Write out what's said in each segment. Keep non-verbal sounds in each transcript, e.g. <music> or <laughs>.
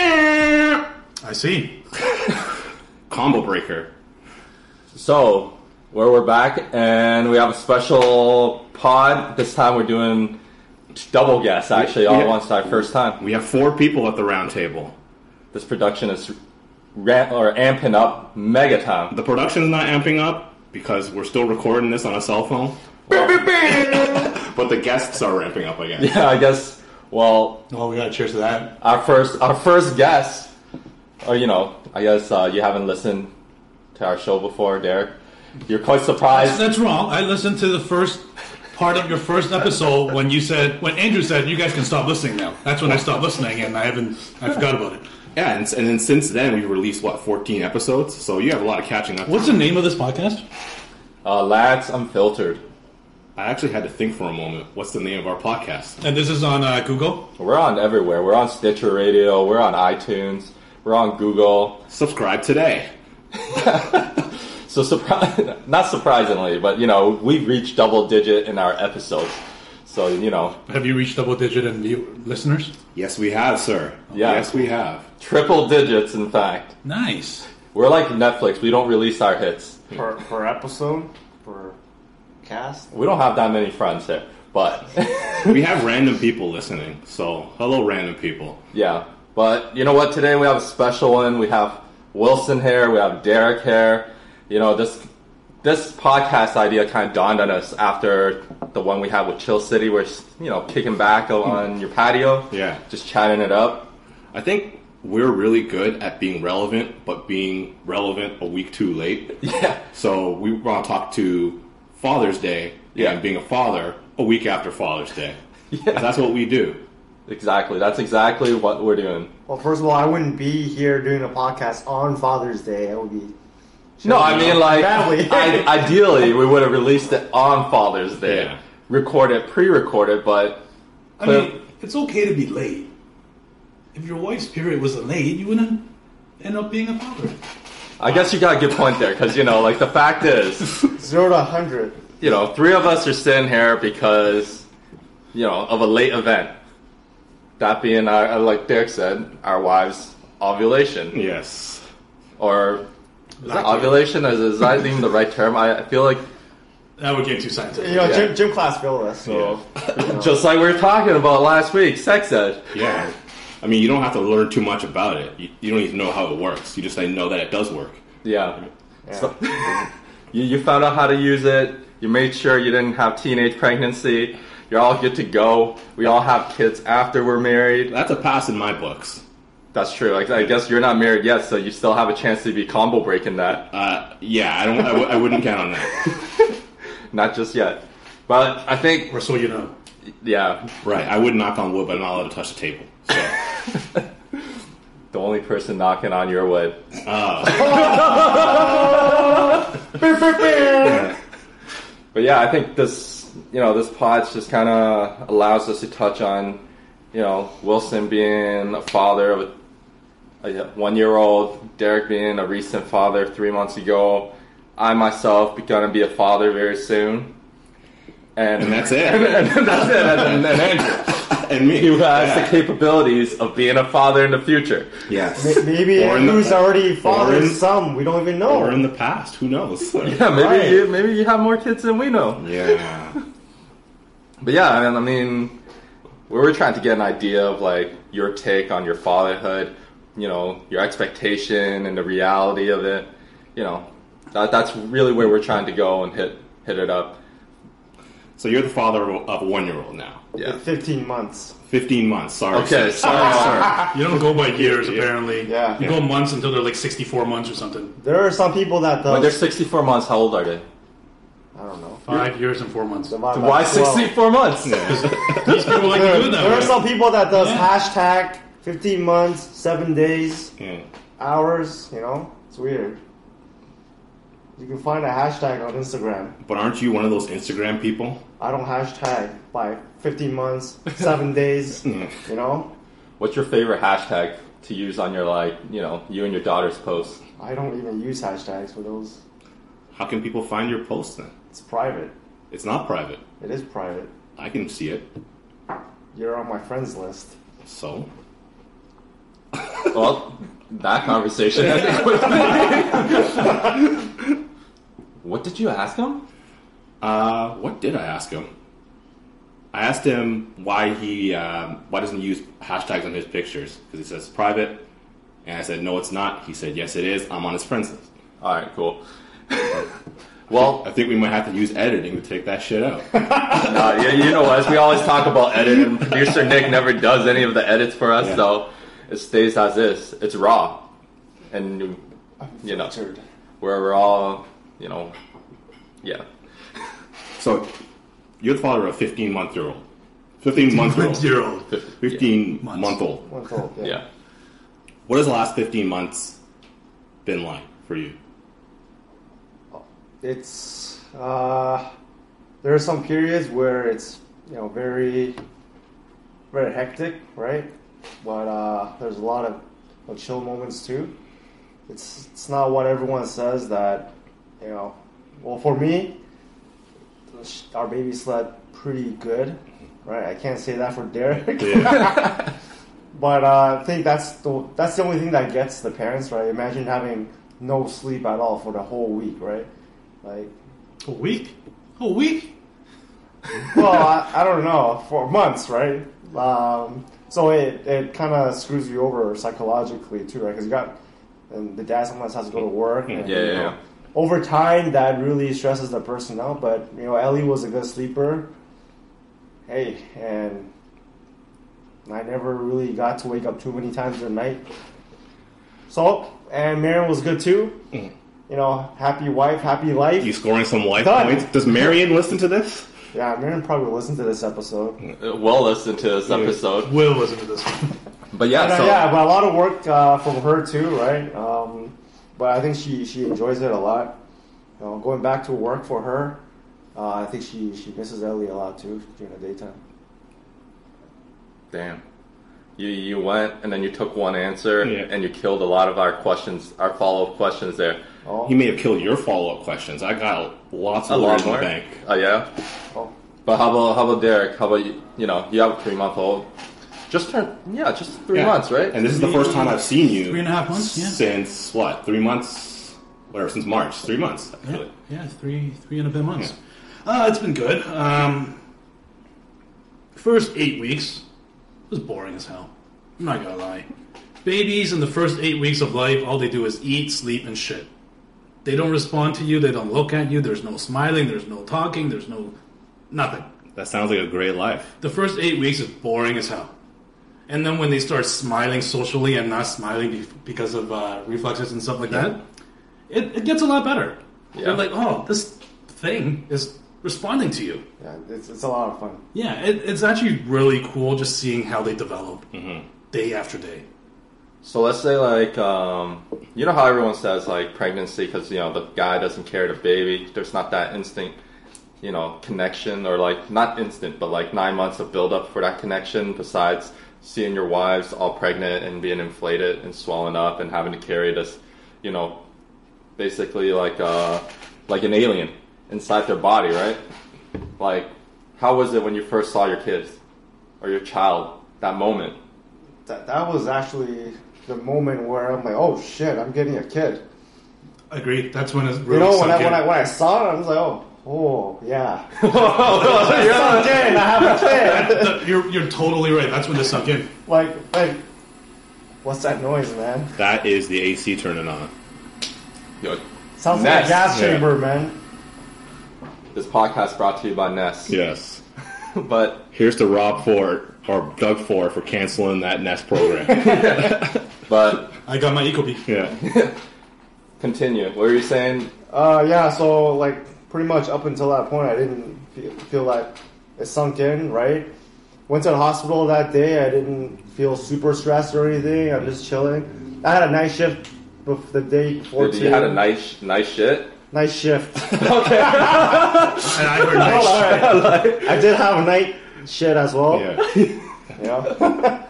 I see. Combo breaker. So, where we're back, and we have a special pod. This time we're doing double guess, actually, all Yeah. at once time, first time. We have four people at the round table. This production is ramp or amping up mega time. <laughs> The production's not amping up because we're still recording this on a cell phone. But the guests are ramping up again. Yeah, I guess. Well, Oh, we gotta cheers to that. our first our first guess, or you know, I guess uh, you haven't listened to our show before, Derek. You're quite surprised. That's wrong. I listened to the first part of your first episode when you said when Andrew said you guys can stop listening now. That's when I stopped listening, and I haven't. I forgot about it. Yeah, and, and then since then we've released what 14 episodes, so you have a lot of catching up. What's the name of this podcast? Uh, lads, unfiltered. I actually had to think for a moment. What's the name of our podcast? And this is on uh, Google. We're on everywhere. We're on Stitcher Radio. We're on iTunes. We're on Google. Subscribe today. So surpri- <laughs> not surprisingly, but you know, we've reached double digit in our episodes. So you know, Have you reached double digit in view- listeners? Yes, we have, sir. Yeah. Yes, we have. triple digits in fact. Nice. We're like Netflix. We don't release our hits. per, per episode per cast. We don't have that many friends here, but <laughs> we have random people listening. So, hello random people. yeah. But you know what? Today we have a special one. We have Wilson here. We have Derek here. You know this this podcast idea kind of dawned on us after the one we had with Chill City. We're just, you know kicking back on your patio. Hmm. Yeah. just chatting it up. <laughs> I think we're really good at being relevant, but being relevant a week too late. Yeah. So, we want to talk to Father's Day Yeah. and being a father a week after Father's Day. That's what we do. Exactly. That's exactly what we're doing. Well, first of all, I wouldn't be here doing a podcast on Father's Day. I would be. No, I mean like Badly. <laughs> I, ideally we would have released it on Father's Day, Yeah. record it, pre-record it, but I Clear- mean, it's okay to be late. If your wife's period was late, you wouldn't end up being a father. I guess you got a good point there because you know, like the fact <laughs> is, zero to a hundred. you know, three of us are sitting here because you know of a late event. That being, our, like Derek said, our wives' ovulation Yes. or is that ovulation is, is that even the right term? I I feel like <laughs> That would get too scientific. You know, Yeah. gym, gym class filled us. So just like we were talking about last week, sex ed. Yeah. I mean, you don't have to learn too much about it. You, you don't even know how it works. You just like, know that it does work. Yeah. Yeah. So, <laughs> you, you found out how to use it. You made sure you didn't have teenage pregnancy. You're all good to go. We all have kids after we're married. That's a pass in my books. That's true. I, I guess you're not married yet, so you still have a chance to be combo breaking that. Uh, yeah, I don't. I, w- I wouldn't count <laughs> on that. Not just yet. But I think, Or so you know. yeah, Right, I would knock on wood, but I'm not allowed to touch the table. So, the only person knocking on your wood. uh, But yeah, I think this, you know, this pod's just kind of allows us to touch on, you know, Wilson being a father of a, a one-year-old, Derek being a recent father three months ago. I myself be gonna be a father very soon, and, and that's it. <laughs> and, that's it. <laughs> And, and Andrew, <laughs> and me. who has yeah. the capabilities of being a father in the future? Yes. may- maybe Or in the- Andrew's already fathered in- some. We don't even Or know. in the past, who knows? <laughs> Yeah, maybe Right. you, maybe you have more kids than we know. Yeah. But yeah, I mean, I mean, we were trying to get an idea of like your take on your fatherhood, you know, your expectation and the reality of it. You know, that, that's really where we're trying to go and hit hit it up. So you're the father of a- of a one-year-old now. Yeah. Fifteen months. Fifteen months. Sorry. Okay. <laughs> <laughs> sir. Sorry, sir. You don't go by years, apparently. Yeah. You go months until they're like 64 months or something. There are some people that When they're does. sixty-four months, how old are they? I don't know. Five years and four months. Divide by Why 12. sixty-four months? These people like to There, do it that there are way. some people that does Yeah. hashtag fifteen months, seven days, Yeah. hours. You know, it's weird. You can find a hashtag on Instagram. But aren't you one of those Instagram people? I don't hashtag by 15 months, seven days, you know? What's your favorite hashtag to use on your like, you know, you and your daughter's posts? I don't even use hashtags for those. How can people find your posts then? It's private. It's not private. It is private. I can see it. You're on my friends list. So? Well, that conversation. I think, was- what did you ask him? Uh, what did I ask him? I asked him why he um, why doesn't he use hashtags on his pictures because he says it's private, and I said no, it's not. He said yes, it is. I'm on his friends list. All right, cool. <laughs> well, I think we might have to use editing to take that shit out. Uh, yeah, you know us. We always talk about edit, and producer Nick never does any of the edits for us, Yeah. so it stays as is. It's raw, and you know Filtered. where we're all, you know, yeah. so, you're the father of a 15 month year old, 15 month <laughs> year old, Year old. 15 Months. month old. What's old? Yeah. Yeah. What has the last 15 months been like for you? It's uh, there are some periods where it's you know very very hectic, right? But uh, there's a lot of of chill moments too. It's it's not what everyone says that you know. Well, for me, sh- our baby slept pretty good, right? I can't say that for Derek. Yeah. <laughs> But uh, I think that's the that's the only thing that gets the parents right. Imagine having no sleep at all for the whole week, right? Like, A week? A week? well, I, I don't know, for months, right? Um, so it, it kind of screws you over psychologically too, right? Because you got and the dad sometimes has to go to work. And, Yeah, you yeah, know, yeah. Over time, that really stresses the person out. But you know, Ellie was a good sleeper. Hey, and I never really got to wake up too many times at night. So, and Marion was good too. Mm. You know, happy wife, happy life. you scoring some life Done. points? Does Marion listen to this? Yeah, Marion probably listened to this episode. Uh, Well, listen to this episode, Will wasn't this one. but yeah, Yeah, so yeah, but a lot of work uh, from her too, right? Um, but I think she, she enjoys it a lot. You know, going back to work for her, uh, I think she, she misses Ellie a lot too during the daytime. damn. You, you went and then you took one answer Yeah. and you killed a lot of our questions, our follow up questions there. Oh, He may have killed your follow up questions. I got lots of words in the bank. Oh yeah. oh. But how about how about Derek? How about you? You know, you have a three month old. Just turned, yeah, just three Yeah. months, right? And this is the first time I've seen you. Three and a half months, yeah. Since what? Three months? Whatever, since March. Three months, actually. Yeah, three three and a bit months. Uh, it's been good. Um, first eight weeks was boring as hell. I'm not gonna lie. Babies in the first eight weeks of life, all they do is eat, sleep, and shit. They don't respond to you. They don't look at you. There's no smiling. There's no talking. There's no nothing. That sounds like a great life. The first eight weeks is boring as hell. And then when they start smiling socially and not smiling be- because of uh, reflexes and stuff like that, it, it gets a lot better. Yeah. They're like, oh, this thing is responding to you. Yeah, it's, it's a lot of fun. Yeah, it, it's actually really cool just seeing how they develop Mm-hmm. day after day. So let's say like um, you know how everyone says like pregnancy because you know the guy doesn't carry the baby. There's not that instant, you know, connection or like not instant, but like nine months of build up for that connection. Besides seeing your wives all pregnant and being inflated and swollen up and having to carry this, you know, basically like uh, like an alien inside their body, right? Like, how was it when you first saw your kids or your child? That moment. That, that was actually the moment where I'm like, oh shit, I'm getting a kid. Agreed. That's when it's You really know, when I, sunk when, I, in. <laughs> when I saw it, I was like, oh, oh <laughs> yeah. <laughs> Oh, Yeah. Again, I have a <laughs> kid. That- you're, you're totally right. That's when they sunk in. Like, like, what's that noise, man? That is the AC turning on. Yo, Sounds like Next. a gas Yeah. chamber, man. This podcast brought to you by Nest. Yes. <laughs> But Here's to Rob Ford or Doug Ford for canceling that Nest program. <laughs> but I got my <laughs> ecopee. yeah. continue. What were you saying? Uh, yeah, so like pretty much up until that point, I didn't feel, feel that it sunk in, right? Went to the hospital that day. I didn't feel super stressed or anything. I'm just chilling. I had a night shift bef- the day before Did too. you had a nice sh- nice shit? night shift. <laughs> And I heard nice All right. I did have a night shit as well. Yeah. Yeah. yeah.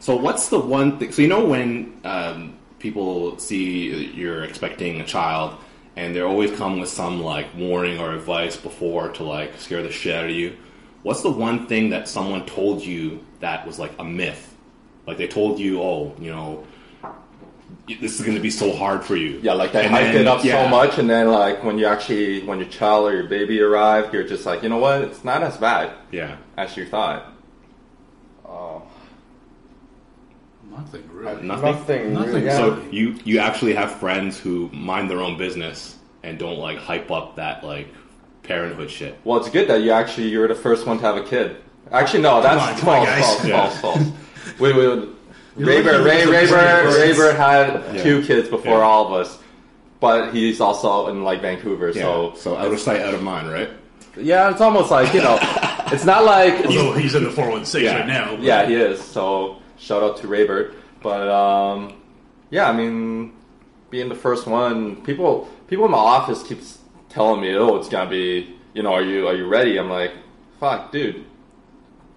So what's the one thing? So you know when um, people see that you're expecting a child, and they always come with some like warning or advice before to like scare the shit out of you. What's the one thing that someone told you that was like a myth? Like they told you, oh, you know, this is going to be so hard for you. Yeah, like they And hyped then- it up yeah. so much, and then like when you actually when your child or your baby arrived, you're just like, you know what? It's not as bad Yeah. as you thought. Oh, Nothing really. Nothing. Nothing. Nothing. Really, yeah. So you you actually have friends who mind their own business and don't like hype up that like parenthood shit. well, it's good that you actually you were the first one to have a kid. Actually, no, that's on, come on, false, guys. false, Yeah. false, false, <laughs> We would. You're Raver, looking Ray, at the Raver, difference. Raver had Yeah. two kids before Yeah. all of us, but he's also in like Vancouver, So so so out of sight, out of mind, right? yeah, it's almost like you know, it's not like it's Although he's in the 416 Yeah. right now. but- Yeah, he is. So shout out to Raybert. But um, yeah, I mean, being the first one, people people in my office keeps telling me, "Oh, it's gonna be, you know, are you are you ready?" I'm like, "Fuck, dude,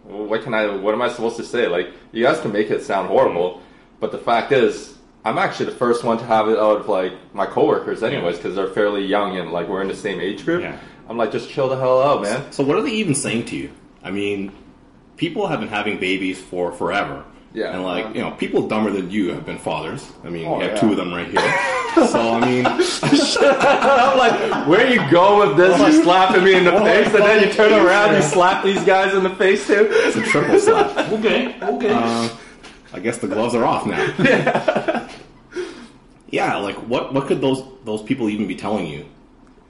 what can I? What am I supposed to say? Like, you guys can make it sound horrible, but the fact is." I'm actually the first one to have it out of like my coworkers, anyways, because they're fairly young and like we're in the same age group. Yeah. I'm like, just chill the hell out, man. So what are they even saying to you? I mean, people have been having babies for forever. Yeah. And like, you know, people dumber than you have been fathers. I mean, Oh, we have yeah. two of them right <laughs> here. so I mean, I'm like, where you go with this? You slapping me in the face, and then you turn around, you slap these guys in the face it's too. a triple slap. Okay, okay. Um, Uh, I guess the gloves are off <laughs> now. yeah, like what what could those those people even be telling you?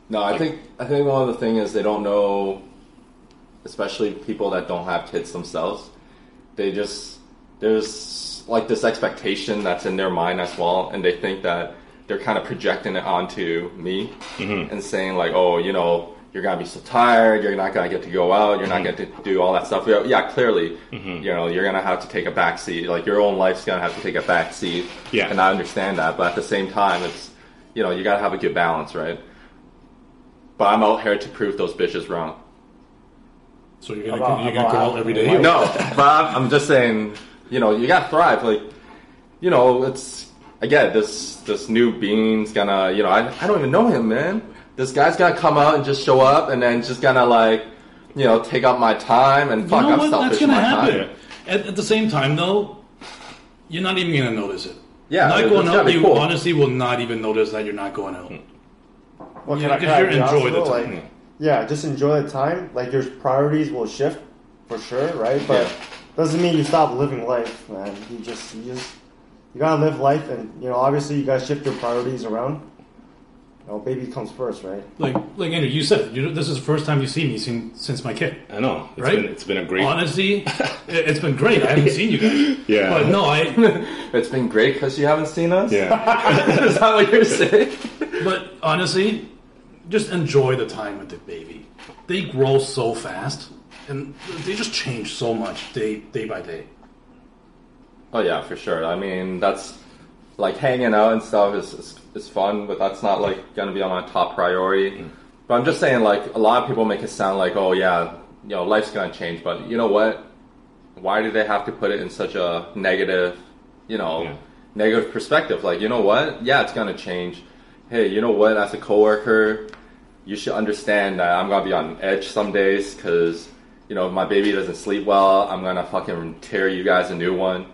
No, I think I think one of the thing is they don't know, especially people that don't have kids themselves. They just there's like this expectation that's in their mind as well, and they think that they're kind of projecting it onto me and saying like, oh, you know. You're gonna be so tired. You're not gonna get to go out. You're not gonna get to do all that stuff. Yeah, yeah, clearly, you know, you're gonna have to take a back seat. Like your own life's gonna have to take a back seat. Yeah. and I understand that, but at the same time, it's you know, you gotta have a good balance, right? But I'm out here to prove those bitches wrong. So you're gonna About- you're gonna go about out every day. how- No, but I'm, I'm just saying, you know, you gotta thrive. Like, you know, it's again this this new being's gonna, you know, I, I don't even know him, man. This guy's gonna come out and just show up, and then just gonna like, you know, take up my time and you fuck, know I'm what? selfish. That's in going to my time. happen. At, at the same time, though, you're not even going to notice it. Yeah, not it- going it's gotta out. be You cool. honestly will not even notice that you're not going out. Hmm. What Yeah, can I- 'cause can I you're be honest enjoy the with you? time. Like, yeah, just enjoy the time. Like your priorities will shift for sure, right? But Yeah. doesn't mean you stop living life, man. You just you just you gotta live life, and you know obviously you gotta shift your priorities around. You know, baby comes first, right? Like, like Andrew, you said you know, this is the first time you've seen me since, since my kid. I know it's Right? been it's been a great Honestly, <laughs> it, it's been great. I haven't seen you guys. Yeah. But no, I. It's been great because you haven't seen us. <laughs> yeah. is that what you're saying? But honestly, just enjoy the time with the baby. They grow so fast, and they just change so much day day by day. Oh yeah, for sure. I mean, that's like hanging out and stuff is is, is fun, but that's not like gonna be on my top priority. But I'm just saying, like a lot of people make it sound like, oh yeah, you know, life's gonna change. But you know what? Why do they have to put it in such a negative, you know, Yeah. negative perspective? Like, you know what? Yeah, it's gonna change. Hey, you know what? As a coworker, you should understand that I'm gonna be on edge some days because you know if my baby doesn't sleep well, I'm gonna fucking tear you guys a new one,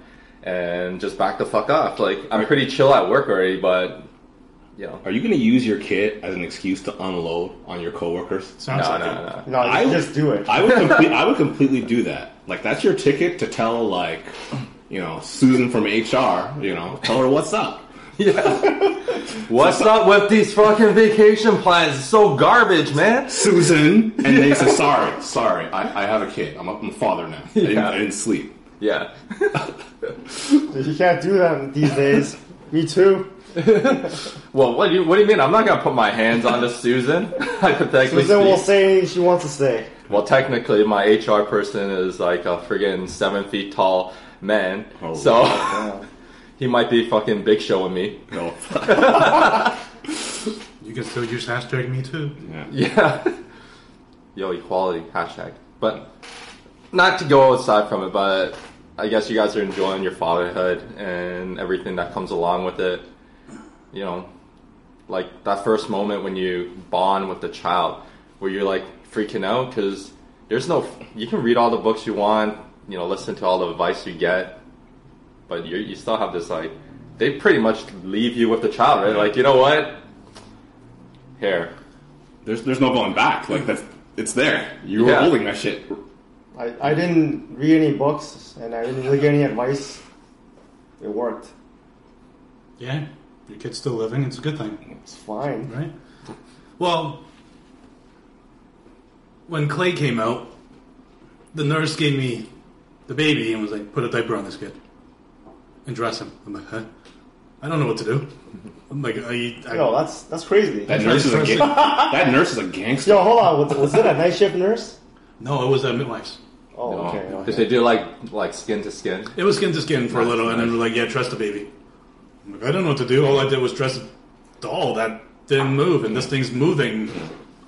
and just back the fuck off. Like I'm pretty chill at work already, but you know, Are you going to use your kid as an excuse to unload on your coworkers? Sounds no, no, like it. no. No, I you would- just do it. <laughs> I would complete, I would completely do that. Like that's your ticket to tell like you know Susan from HR. You know, tell her what's up. What's up with these fucking vacation plans? It's so garbage, man. Susan, and <laughs> they say sorry, sorry. I, I have a kid. I'm a, I'm a father now. I, didn't, Yeah. I didn't sleep. Yeah. <laughs> You can't do that these days. Me too. Well, what do you what do you mean? I'm not gonna put my hands on this Susan. <laughs> Hypothetically, Susan will speak- say anything she wants to say. Well, technically, my HR person is like a friggin' seven feet tall man, Oh, so <laughs> Yeah. he might be fucking big showing me. No. You can still use hashtag me too. Yeah. <laughs> Yeah. Yo, equality hashtag. But not to go aside from it, but I guess you guys are enjoying your fatherhood and everything that comes along with it. You know, like that first moment when you bond with the child, where you're like freaking out because there's no. You can read all the books you want. You know, listen to all the advice you get, but you you still have this like. They pretty much leave you with the child, right? Like you know what? Here, There's there's no going back. Like that's it's there. You were Yeah. holding that shit. I, I didn't read any books and I didn't really get any advice. It worked. Yeah, your kid's still living. It's a good thing, It's fine. right? Well, when Clay came out, the nurse gave me the baby and was like, "Put a diaper on this kid and dress him." I'm like, "Huh? I don't know what to do." I'm like, "I, I Yo, that's that's crazy. That nurse is a <laughs> ga- that nurse is a gangster. Yo, hold on. Was, was it a night shift nurse? no, it was uh, a midwife's." Oh, because okay. okay. they do like like skin to skin. It was skin to skin for a little, and then we're like, yeah, trust the baby. I'm like, I don't know what to do. All I did was dress a doll that didn't move, and this thing's moving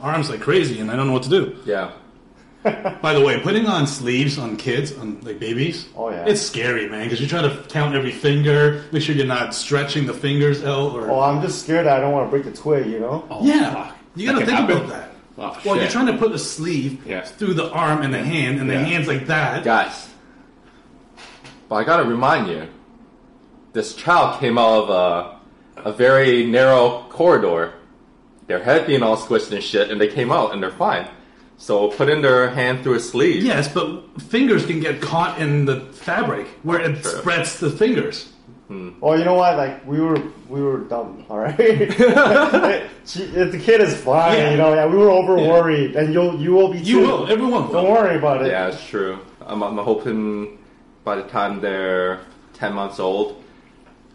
arms like crazy, and I don't know what to do. Yeah, By the way, putting on sleeves on kids, on like babies, Oh, yeah. it's scary, man, because you try to count every finger, make sure you're not stretching the fingers out, or Oh, I'm just scared. I don't want to break the twig. You know. yeah, you Oh, gotta That can think happen. about that. Oh, well, you're shit. trying to put a sleeve Yeah. through the arm and the hand, and the Yeah. hands like that. guys. But I gotta remind you, this child came out of a, a very narrow corridor. Their head being all squished and shit, and they came out and they're fine. So putting their hand through a sleeve. Yes, but fingers can get caught in the fabric where it True. spreads the fingers. Oh, you know what? Like we were, we were dumb. All right, She- the kid is fine. Yeah. You know, yeah, we were over worried, and you'll, you will be. You too. will. Everyone will. Don't worry about it. Yeah, it's true. I'm, I'm hoping by the time they're 10 months old,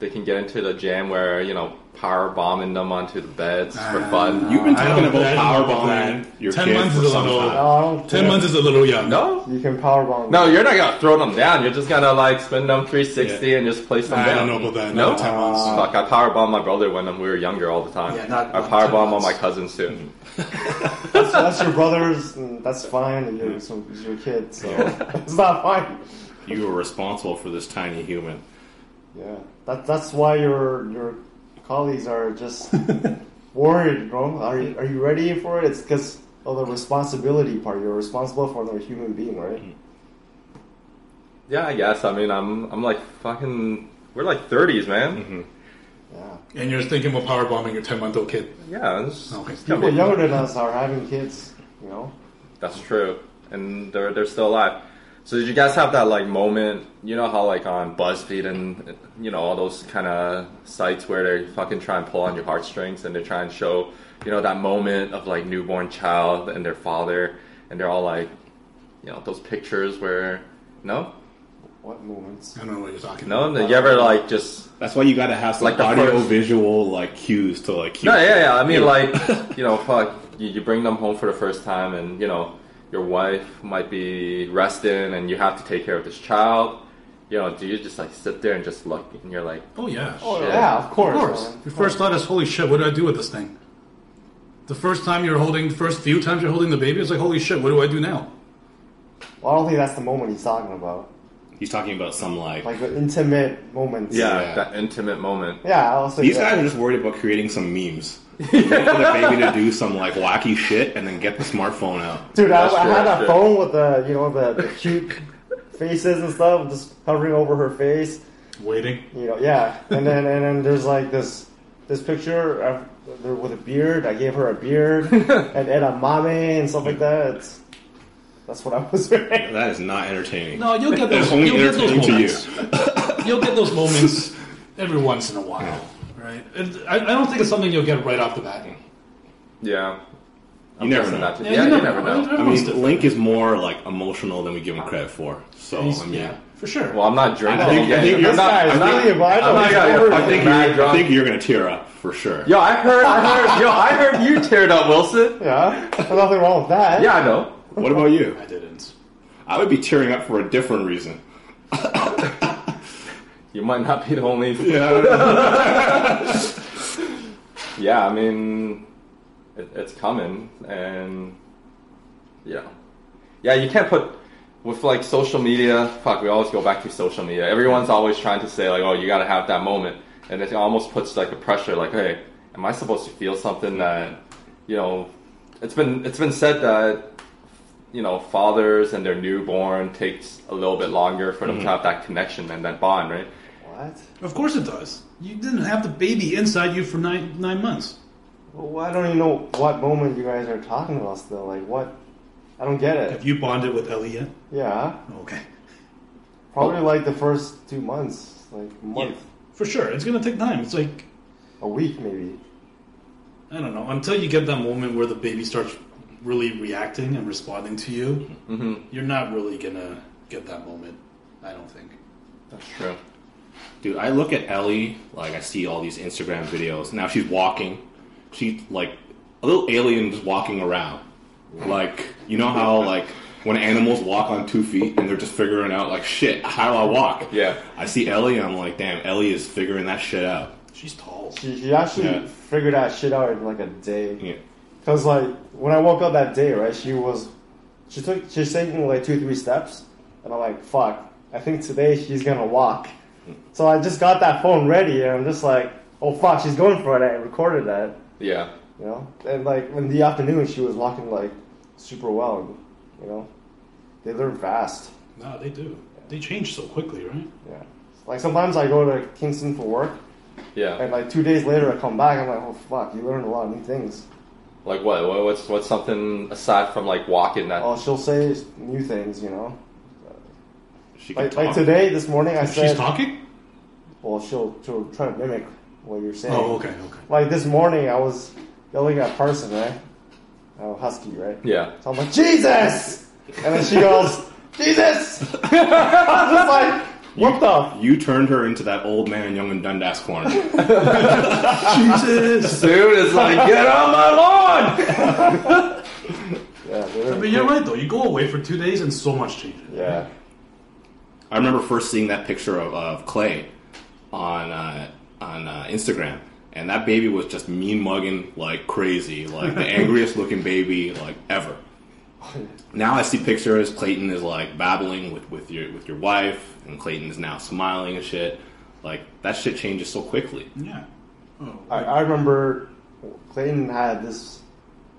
they can get into the jam where, you know, power bombing them onto the beds for Ah. fun. You've been I talking don't- I about don't power know that. bombing your Ten kid months for is a some little- time. No, I don't Ten care. months is a little young. no? You can powerbomb. No, you're not gonna throw them down. You're just gonna, like, spin them 360 and just place them I down. don't know about that. No? Another 10 months. Fuck, I power bomb my brother when we were younger all the time. Yeah, not- I not power 10 bomb all months. my cousins too. Mm-hmm. <laughs> that's, that's your brother's. And that's fine, and you're, so, it's your kid, so <laughs> it's not fine. You were responsible for this tiny human. Yeah, that, that's why your your colleagues are just worried, bro. Are you, are you ready for it? It's because of the responsibility part. You're responsible for another human being, right? Yeah, I guess. I mean, I'm, I'm like fucking. We're like 30s, man. Mm-hmm. Yeah. And you're thinking about power bombing your ten month old kid. Yeah, it's, Okay. it's gonna People be- younger than us are having kids, you know? That's true, and they're they're still alive. So did you guys have that like moment? You know how like on BuzzFeed and you know all those kind of sites where they fucking try and pull on your heartstrings and they try and show you know that moment of like newborn child and their father and they're all like you know those pictures where no What moments? I don't know what you're talking no about. you ever like just That's why you got to have some Like the audio first- visual like cues to like. No, yeah, yeah. I mean, Yeah. <laughs> like, you know, fuck, you, you bring them home for the first time, and, you know, your wife might be resting, and you have to take care of this child. You know, do you just, like, sit there and just look, and you're like, Oh yeah. Oh, Shit. yeah, of of course. course. man. Your first thought is, holy shit, what do I do with this thing? The first time you're holding, first few times you're holding the baby, it's like, holy shit, what do I do now? Well, I don't think that's the moment he's talking about. He's talking about some like. Like the intimate moments. yeah, Yeah. that intimate moment. Yeah, I'll say these that. guys are just worried about creating some memes. Wait for the baby to do some like wacky shit and then get the smartphone out. Dude, I, That's I true, had that's a true. phone with the, you know, the, the cute <laughs> faces and stuff, just covering over her face. Waiting. you know, yeah. And then and then there's like this this picture of there with a beard. I gave her a beard and, and a mame and stuff like that. It's, that's what I was <laughs> wearing. That is not entertaining. No, you'll <laughs> get those. That's only you'll get those entertaining to moments. you. you'll get those moments every once in a while, right? It- I, I don't think it's something you'll get right off the bat. Yeah. I'm You never guessing know. that- Yeah, you never know. I Everyone's mean, different. Link is more like emotional than we give him credit for. So I mean, yeah, for sure. Well, I'm not drinking. I think- I think you're- I'm not, This guy is I'm not, really a I'm vital. not gonna get I think fucking you're, mad I drunk. think you're gonna tear up for sure. Yo, I heard, I heard, yo, I heard you teared up, Wilson. Yeah, there's nothing wrong with that. Yeah, I know. What about you? I didn't. I would be tearing up for a different reason. You might not be the only Yeah. yeah, I mean, it, it's coming, and yeah, yeah, you can't put with like social media. Fuck, we always go back to social media. Everyone's always trying to say like, oh, you got to have that moment, and it almost puts like a pressure, like, hey, am I supposed to feel something that you know? It's been it's been said that you know, fathers and their newborn takes a little bit longer for them to have that connection and that bond, right? What? Of course it does. You didn't have the baby inside you for nine nine months. Well, I don't even know what moment you guys are talking about still. Like, what? I don't get it. Have you bonded with Ellie yet? Yeah. Okay. Probably like the first two months. Like, a month. For sure. It's going to take time. It's like, A week, maybe. I don't know, until you get that moment where the baby starts really reacting and responding to you, hmm you're not really going to get that moment, I don't think. That's true. Dude, I look at Ellie, like I see all these Instagram videos. Now she's walking. She's like a little alien just walking around. Like, you know how like when animals walk on two feet and they're just figuring out like shit, how do I walk? Yeah. I see Ellie and I'm like, damn, Ellie is figuring that shit out. She's tall. She, she actually Yeah. figured that shit out in like a day. Yeah. Cause like when I woke up that day, right? She was, she took, she's taking like two, three steps, and I'm like, fuck. I think today she's gonna walk. So I just got that phone ready, and I'm just like, oh fuck, she's going for it. I recorded that, Yeah. you know. And like in the afternoon, she was walking like super well, and, you know. They learn fast. No, they do. They change so quickly, right? Yeah. Like sometimes I go to Kingston for work, Yeah. and like two days later I come back, I'm like, oh fuck, you learned a lot of new things. Like what? What- What's what's something aside from like walking that? Oh, she'll say new things, you know. She can Like, talk. like today, this morning, I She's said, talking? well, she'll, she'll try to mimic what you're saying. Oh, <laughs> okay, okay. Like this morning, I was yelling at Parson, right? Oh, husky, right? Yeah. So I'm like, Jesus! And then she goes, Jesus! <laughs> I'm just like, what the? You turned her into that old man young and Dundas <laughs> corner. Jesus! Dude is <laughs> like, get on my lawn. Yeah, they're- But you're right, though. You go away for two days and so much changes. yeah. I remember first seeing that picture of, of Clay on uh, on uh, Instagram, and that baby was just mean mugging like crazy, like the angriest looking baby like ever. Now I see pictures. Clayton is like babbling with, with your with your wife, and Clayton is now smiling and shit. Like that shit changes so quickly. Yeah. Oh, I, I remember Clayton had this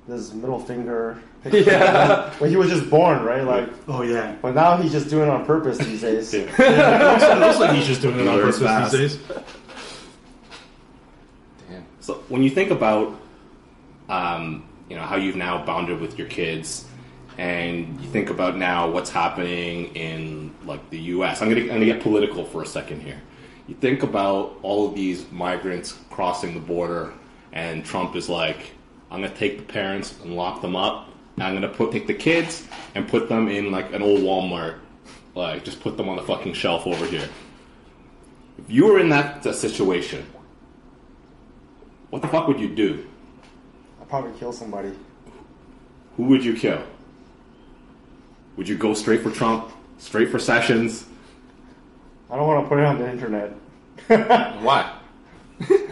this middle finger picture Yeah. when he was just born, right? Like, oh yeah. but now he's just doing it on <laughs> purpose these days. yeah. It looks, <laughs> it looks like he's just doing it on Learns purpose fast. these days. Damn. So when you think about, um, you know, how you've now bonded with your kids, and you think about now what's happening in like the U.S. I'm gonna, I'm gonna get political for a second here. You think about all of these migrants crossing the border, and Trump is like, "I'm gonna take the parents and lock them up, and I'm gonna put take the kids and put them in like an old Walmart, like just put them on the fucking shelf over here." If you were in that, that situation, what the fuck would you do? I probably kill somebody. Who would you kill? Would you go straight for Trump? Straight for Sessions? I don't want to put it on the internet. Why?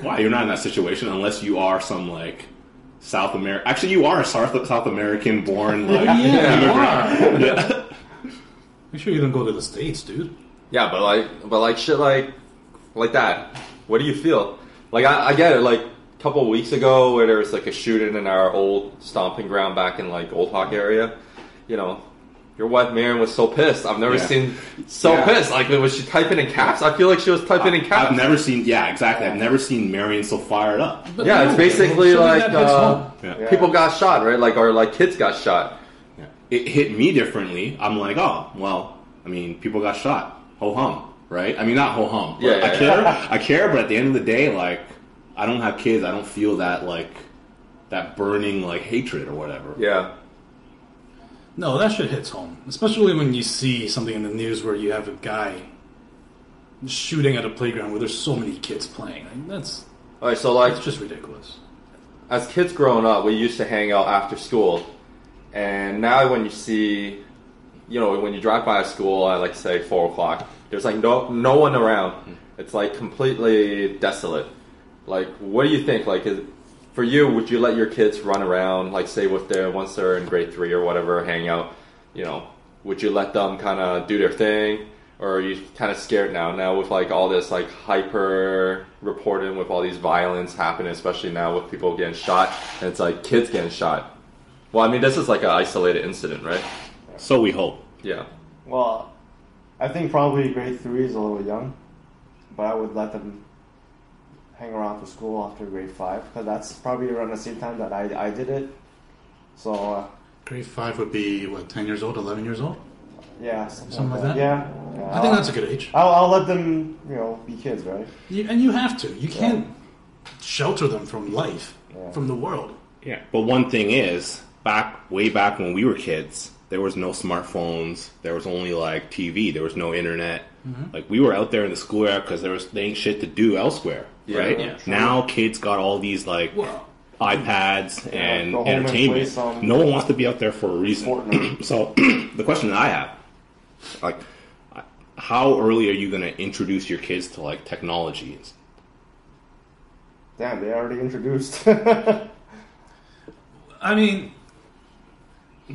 Why? You're not in that situation unless you are some like South America. Actually, you are a South, South American born like. Oh, <laughs> Yeah, you are. immigrant. Yeah. <laughs> Make sure you don't go to the States, dude. Yeah, but like, but like shit, like, like that. What do you feel? Like, I, I get it. Like, a couple of weeks ago, where there was like a shooting in our old stomping ground back in like Old Hawk area. You know, your wife Marion was so pissed. I've never Yeah. seen so Yeah. pissed. Like, was she typing in caps? I feel like she was typing in caps. I've never seen. Yeah, exactly. I've never seen Marion so fired up. yeah, it's basically Something like that hits uh, home. Yeah. people got shot, right? Like, or like kids got shot. Yeah. It hit me differently. I'm like, oh, well, I mean, people got shot. Ho hum, right? I mean, not ho hum. Yeah, yeah, I yeah. care. <laughs> I care, but at the end of the day, like, I don't have kids. I don't feel that, like, that burning, like, hatred or whatever. Yeah, No, that shit hits home, especially when you see something in the news where you have a guy shooting at a playground where there's so many kids playing. I mean, that's All right, so like that's just ridiculous. as kids growing up, we used to hang out after school, and now when you see, you know, when you drive by a school at like say four o'clock, there's like no no one around. It's like completely desolate. Like, what do you think? Like, is, for you, would you let your kids run around? Like, say with their once they're in grade three or whatever, hang out. You know, would you let them kind of do their thing? Or are you kind of scared now? Now with like all this like hyper reporting, with all these violence happening, especially now with people getting shot, and it's like kids getting shot. Well, I mean, this is like an isolated incident, right? So we hope. Yeah. Well, I think probably grade three is a little young, but I would let them hang around for school after grade five because that's probably around the same time that I, I did it. So uh, Grade five would be what, ten years old, eleven years old? yeah, something, Something like like that. that? Yeah, yeah. I think that's a good age, I'll, I'll let them, you know, be kids, right? you, and you have to. You can't shelter them from life, Yeah. from the world. Yeah. But one thing is, back way back when we were kids, there was no smartphones. There was only like TV. There was no internet. Mm-hmm. Like we were out there in the schoolyard because there was there ain't shit to do elsewhere, Yeah. right? Yeah. Now kids got all these like Well, iPads and go home and play entertainment. some- no one wants to be out there for a reason. Fortnite. <clears throat> <coughs> so the question that I have, like, how early are you going to introduce your kids to like technology? Damn, they already introduced. <laughs> yeah, I mean,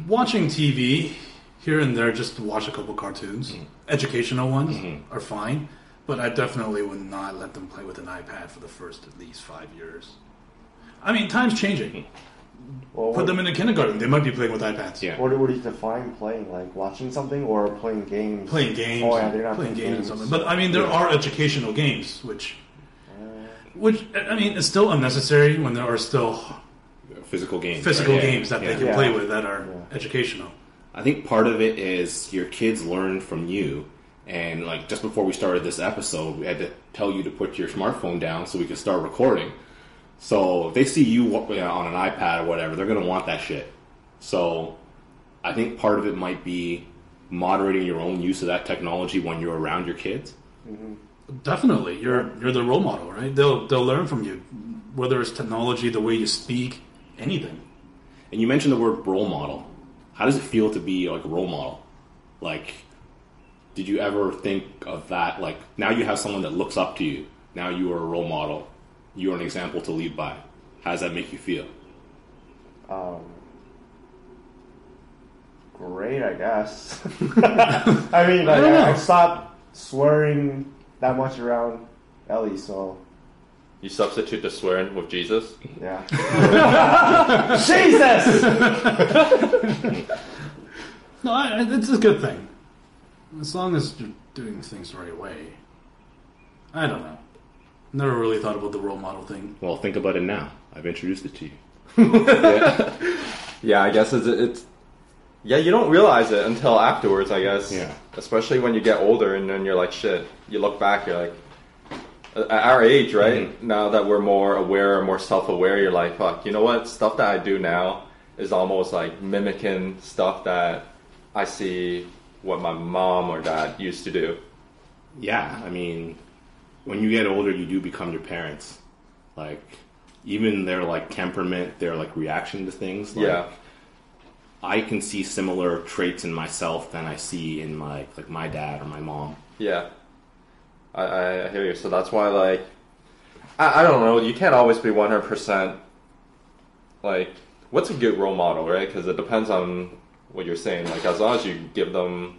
watching TV here and there, just to watch a couple cartoons, Mm-hmm. educational ones are fine, but I definitely would not let them play with an iPad for the first at least five years. I mean, time's changing. well, Put what, them in a kindergarten; they might be playing with iPads. Mm-hmm. Yeah. what, what do you define playing? Like watching something or playing games? playing games, Oh yeah, they're not playing games, playing and something. But I mean, there are educational games, which, Uh. which I mean, it's still unnecessary when there are still Physical games. physical right? Yeah, games that yeah. they can Yeah. play with that are educational. I think part of it is your kids learn from you. And like just before we started this episode, we had to tell you to put your smartphone down so we could start recording. So if they see you wa- you know, on an iPad or whatever, they're gonna want that shit. So I think part of it might be moderating your own use of that technology when you're around your kids. Definitely, you're you're the role model, right? They'll they'll learn from you, whether it's technology, the way you speak, anything. And you mentioned the word role model. How does it feel to be like a role model? Like, did you ever think of that? Like, now you have someone that looks up to you. Now you are a role model. You are an example to lead by. How does that make you feel? Um, great, I guess. <laughs> I mean, like, don't know. I, I stopped swearing that much around Ellie, so You substitute the swearing with Jesus. yeah. Jesus! No, I, I- it's a good thing, as long as you're doing things the right way. I don't know. Never really thought about the role model thing. Well, think about it now. I've introduced it to you. Yeah, I guess it's, it's. Yeah, you don't realize it until afterwards, I guess. Yeah. Especially when you get older and then you're like, shit. You look back, you're like. At our age, right? Now that we're more aware, more self aware, you're like, fuck, you know what? Stuff that I do now is almost like mimicking stuff that I see what my mom or dad used to do. yeah, I mean, when you get older, you do become your parents. Like, even their like temperament, their like reaction to things. Like, yeah. I can see similar traits in myself than I see in my like my dad or my mom. Yeah, I- I, I hear you. So that's why, like, I, I don't know. You can't always be one hundred percent. Like, what's a good role model, right? Because it depends on what you're saying. Like, as long as you give them,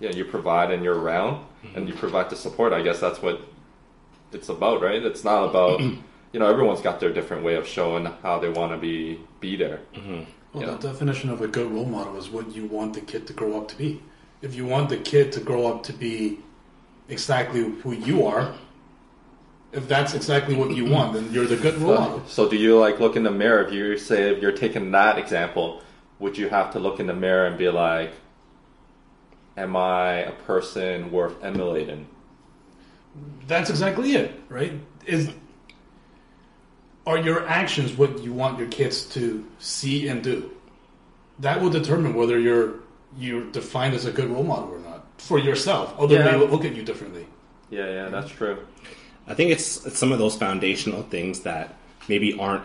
yeah, you provide and you're around and you provide the support. I guess that's what it's about, right? It's not about. You know, everyone's got their different way of showing how they want to be be there. Well, Yeah. the definition of a good role model is what you want the kid to grow up to be. If you want the kid to grow up to be exactly who you are, if that's exactly what you want, then you're the good role model. <sighs> So, do you like look in the mirror? If you say if you're taking that example, would you have to look in the mirror and be like, "Am I a person worth emulating?" That's exactly it, right? Is are your actions what you want your kids to see and do? That will determine whether you're you're defined as a good role model or not for yourself. Other Yeah. people will look at you differently. Yeah, yeah, that's true. I think it's, it's some of those foundational things that maybe aren't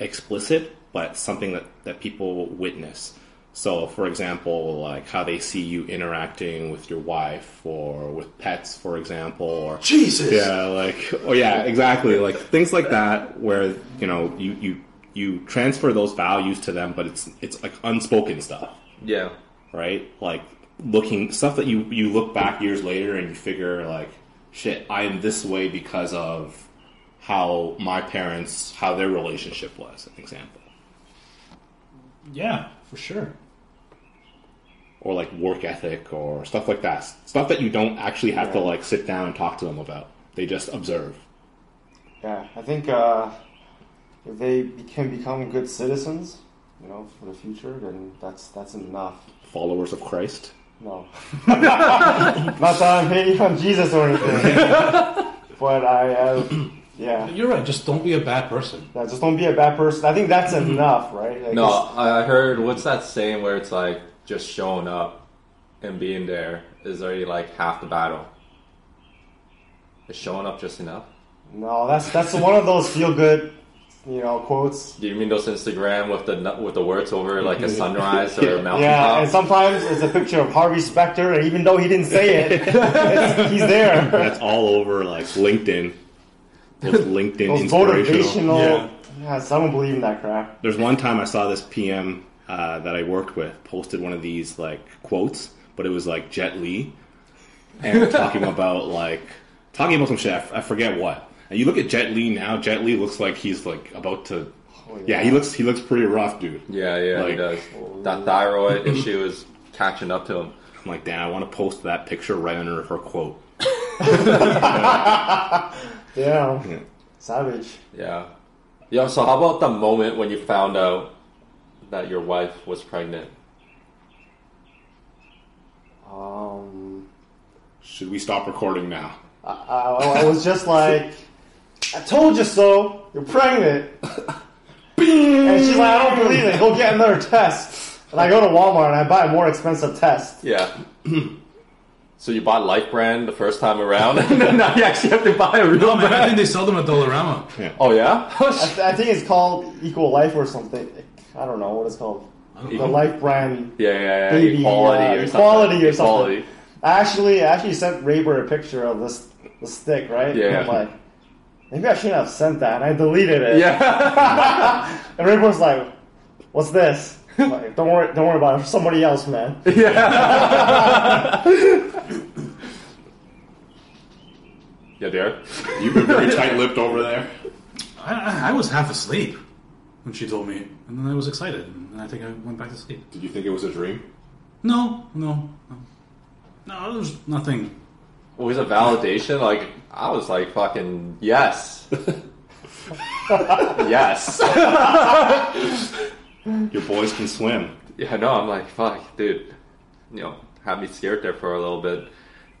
explicit, but something that, that people witness. So, for example, like how they see you interacting with your wife or with pets, for example, or Jesus. yeah, like oh yeah, exactly, like things like that, where you know you you you transfer those values to them, but it's it's like unspoken stuff. Yeah, right? Like looking stuff that you you look back years later and you figure like, shit, I am this way because of how my parents how their relationship was, an example. Yeah, for sure. or like work ethic or stuff like that. Stuff that you don't actually have to Yeah. like sit down and talk to them about. They just observe. Yeah, I think uh, if they be- can become good citizens, you know, for the future, then that's that's enough. Followers of Christ. No, <laughs> not that I'm hating on Jesus or anything, but I, uh, yeah, You're right. Just don't be a bad person. yeah, just don't be a bad person. I think that's enough, right? Like, No, just- I I heard what's that saying where it's like just showing up and being there is already like half the battle. Is showing up just enough? no, that's that's one of those feel good, you know, quotes. Do you mean those Instagram with the nu- with the words over like a sunrise or a Yeah, mountaintop? and sometimes it's a picture of Harvey Specter, and even though he didn't say it, it's, he's there. That's all over like LinkedIn. Those LinkedIn Those inspirational. motivational. Yeah. Yeah. I don't believe in that crap. There's one time I saw this PM uh, that I worked with posted one of these like quotes, but it was like Jet Li and <laughs> talking about like talking about some shit. I f- I forget what. And you look at Jet Li now. Jet Li looks like he's like about to. yeah. he looks he looks pretty rough, dude. yeah, yeah, he Like- does. That thyroid issue is catching up to him. I'm like, damn, I want to post that picture right under her quote. Damn. Savage. Yeah. Yeah. So how about the moment when you found out that your wife was pregnant? Um, Should we stop recording now? I, I, I was just like, I told you so. You're pregnant. and she's like, I don't believe it. Go get another test. And I go to Walmart and I buy a more expensive test. Yeah. <clears throat> so you bought Life Brand the first time around, <laughs> and then now you actually have to buy a real No, man, I think brand. they sell them at Dollarama. Oh yeah. I, th- I think it's called Equal Life or something. I don't know what it's called. The Life brand. yeah, yeah, yeah. Baby, equality, uh, or equality or something. Equality. I actually, I actually sent Raber a picture of this the stick, right? Yeah. And I'm like, maybe I shouldn't have sent that. And I deleted it. Yeah. <laughs> And Raber's like, what's this? I'm like, don't worry, don't worry about it. For somebody <laughs> else, man. yeah, Derek. You've been very tight-lipped over there. I, I- I was half asleep when she told me, and then I was excited, and I think I went back to sleep. Did you think it was a dream? No, no, no. No, there was nothing. It was a validation. Like I was like, fucking yes, yes. <laughs> Your boys can swim. Yeah, no, I'm like, fuck, dude. You know, had me scared there for a little bit.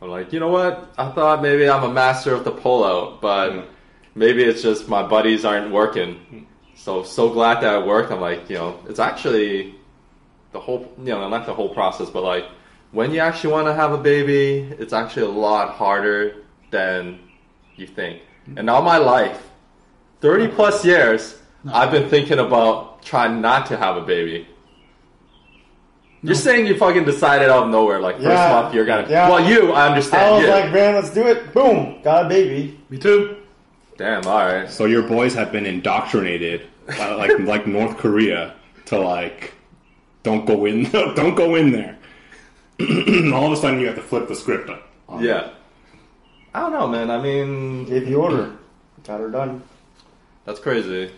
I'm like, you know what? I thought maybe I'm a master of the pullout, but maybe it's just my buddies aren't working. So so glad that it worked. I'm like, you know, it's actually the whole, you know, not the whole process, but like when you actually want to have a baby, it's actually a lot harder than you think. Hmm. And all my life, 30 plus years, I've been thinking about trying not to have a baby. You're saying you fucking decided out of nowhere, like first Yeah. month you're gonna. Yeah. Well, you, I I understand. was you. like, man, let's do it. Boom, got a baby. Me too. Damn, all right. So your boys have been indoctrinated, uh, like <laughs> like North Korea, to like don't go in, <laughs> don't go in there. <clears throat> All of a sudden, you have to flip the script up. Um, Yeah. I don't know, man. I mean, Gave the order. Got her done. that's crazy.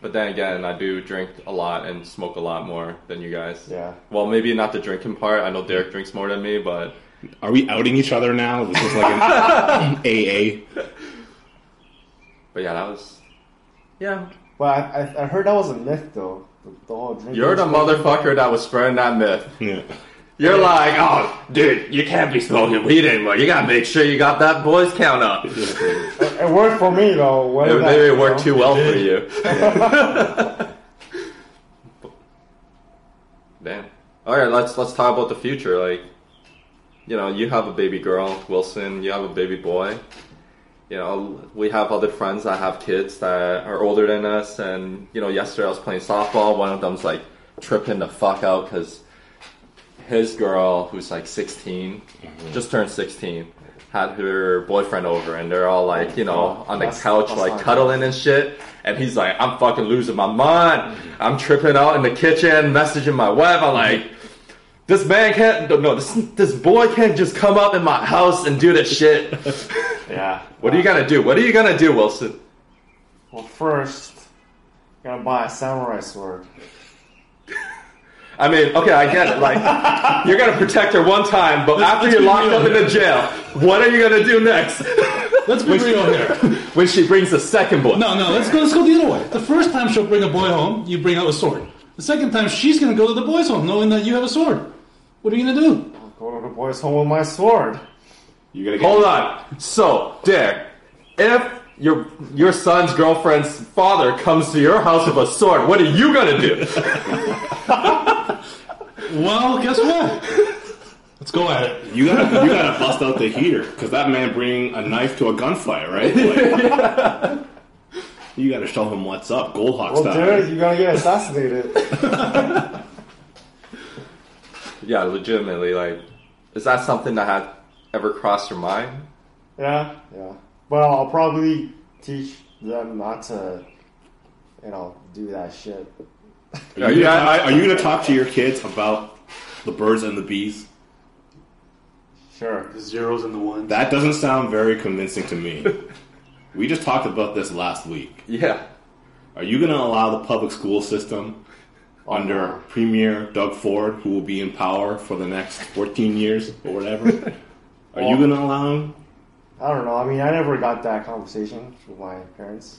But then again, I do drink a lot and smoke a lot more than you guys. Yeah. Well, maybe not the drinking part. I know Derek drinks more than me, but Are we outing each other now? Is this like <laughs> an AA? but yeah, that was. Yeah. But I, I, I heard that was a myth, though. The, the whole drinking. You're the motherfucker that was spreading that myth. Yeah. You're like, oh, dude, you can't be smoking weed anymore. You gotta make sure you got that boys count up. <laughs> It worked for me, though. What It, did that- maybe you it worked know? too well for you. Damn. All right, let's let's talk about the future. Like, you know, you have a baby girl, Wilson. You have a baby boy. You know, we have other friends that have kids that are older than us. And you know, yesterday I was playing softball. One of them's like tripping the fuck out because his girl, who's like 16, just turned 16, had her boyfriend over, and they're all like, you know, on the That's- couch, that's like not cuddling and shit. And he's like, I'm fucking losing my mind. I'm tripping out in the kitchen, messaging my wife. I'm like, this man can't, no, this, this boy can't just come up in my house and do this shit. Yeah. what are you gonna do? What are you gonna do, Wilson? Well, first, gotta buy a samurai sword. I mean, okay, I get it. Like, <laughs> you're gonna protect her one time, but Let's- after let's you're be locked real up in the jail, what are you gonna do next? <laughs> Let's be real here. when she brings the second boy. No, no, let's go. Let's go the other way. The first time she'll bring a boy home, you bring out a sword. The second time, she's gonna go to the boys' home, knowing that you have a sword. What are you gonna do? Go to the boys' home with my sword. You're gonna get Hold on. So, Derek, if your your son's girlfriend's father comes to your house with a sword, what are you gonna do? Well, guess what? <laughs> Let's go at it. You gotta, you gotta bust out the heater because that man bringing a knife to a gunfight, <laughs> right? Like, you gotta show him what's up, Goldhawk Well, Derek, style. you're gonna get assassinated. <laughs> <laughs> yeah, legitimately, like, is that something that had ever crossed your mind? yeah, yeah. Well, I'll probably teach them not to, you know, do that shit. Are you, Yeah, gonna, I- are you gonna talk to your kids about the birds and the bees? Sure. The zeros and the ones. That doesn't sound very convincing to <laughs> me. we just talked about this last week. Yeah. Are you gonna allow the public school system under Premier Doug Ford, who will be in power for the next 14 years or <laughs> whatever? Are you gonna allow him? I don't know. I mean, I never got that conversation with my parents.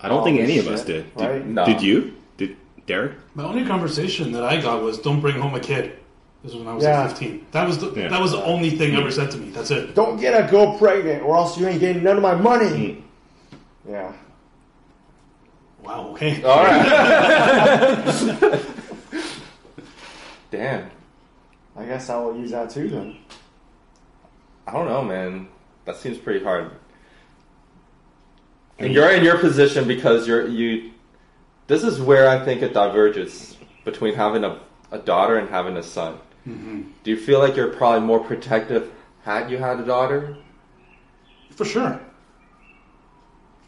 I don't think Oh, any of shit, us did. Did, right? No. did you? Did Derek? My only conversation that I got was, "Don't bring home a kid." This was when I was Yeah. like 15. That was the, Yeah. that was the only thing ever said to me. That's it. Don't get a girl pregnant, or else you ain't getting none of my Mm. money. Hmm. Yeah. Wow. Okay. All right. <laughs> Damn. I guess I will use that too then. I don't know, man. That seems pretty hard. And you're in your position because you're you. This is where I think it diverges between having a, a daughter and having a son. Do you feel like you're probably more protective had you had a daughter? For sure.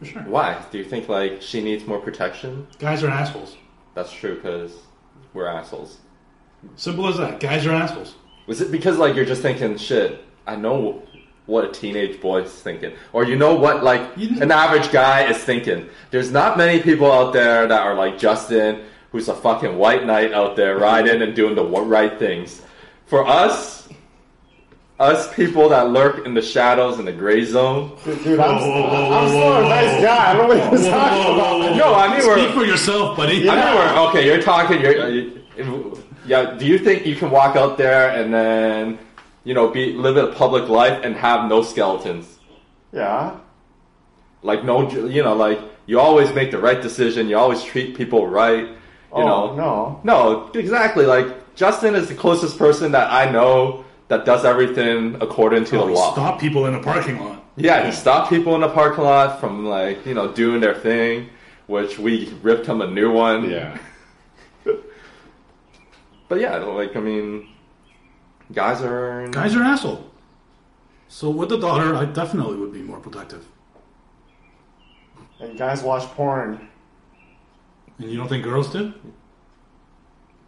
For sure. Why? Do you think like she needs more protection? Guys are assholes. That's true because we're assholes. Simple as that. Guys are assholes. Was it because like you're just thinking, shit? I know what a teenage boy's thinking, or you know what like You didn't- an average guy is thinking. There's not many people out there that are like Justin, who's a fucking white knight out <laughs> there riding and doing the wa- right things. For us, us people that lurk in the shadows in the gray <laughs> zone. Dude, dude, I'm, Whoa, whoa, whoa, I'm whoa, still whoa, a whoa. nice guy. I don't know what you're talking about. No, I mean Speak we're. for yourself, buddy. I mean we're okay. You're talking. You're. you yeah. Do you think you can walk out there and then, you know, be live a public life and have no skeletons? Yeah. like no you know like you always make the right decision you always treat people right you know Oh, no. no exactly like justin is the closest person that i know that does everything according Oh, to the Like, law Stop people in a parking lot. yeah he stopped people in the parking lot from like you know doing their thing which we ripped him a new one Yeah. but yeah like i mean guys are Guys are asshole. So with the daughter, I definitely would be more protective. And guys watch porn. And you don't think girls do?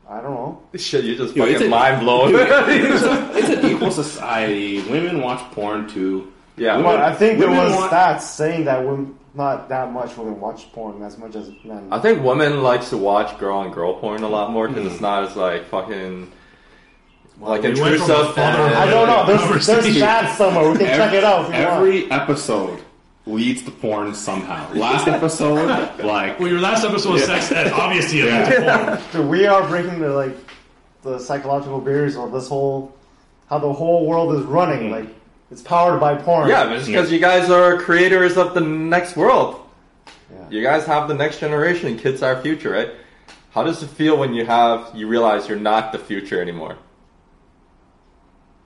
I don't know. shit you just Yo, it's fucking a- mind blown <laughs> It's an equal society. Women watch porn too. <laughs> yeah But I think there Women was want- stats saying that women, not that much women watch porn as much as men. I think women likes to watch girl on girl porn a lot more because it's not as like fucking like Mm-hmm. we went intrusive. from a father- and- I don't know. There's, there's Conversation. <laughs> stats somewhere. We can check it out if you want. Every episode leads to porn somehow. Last episode, <laughs> like Well, your last episode was sex <laughs> ed. Obviously, it was porn. Dude, we are breaking the like the psychological barriers of this whole how the whole world is Mm. running. Like it's powered by porn. Yeah, but it's because you guys are creators of the next world. Yeah. You guys have the next generation. Kids are our future, right? How does it feel when you have you realize you're not the future anymore?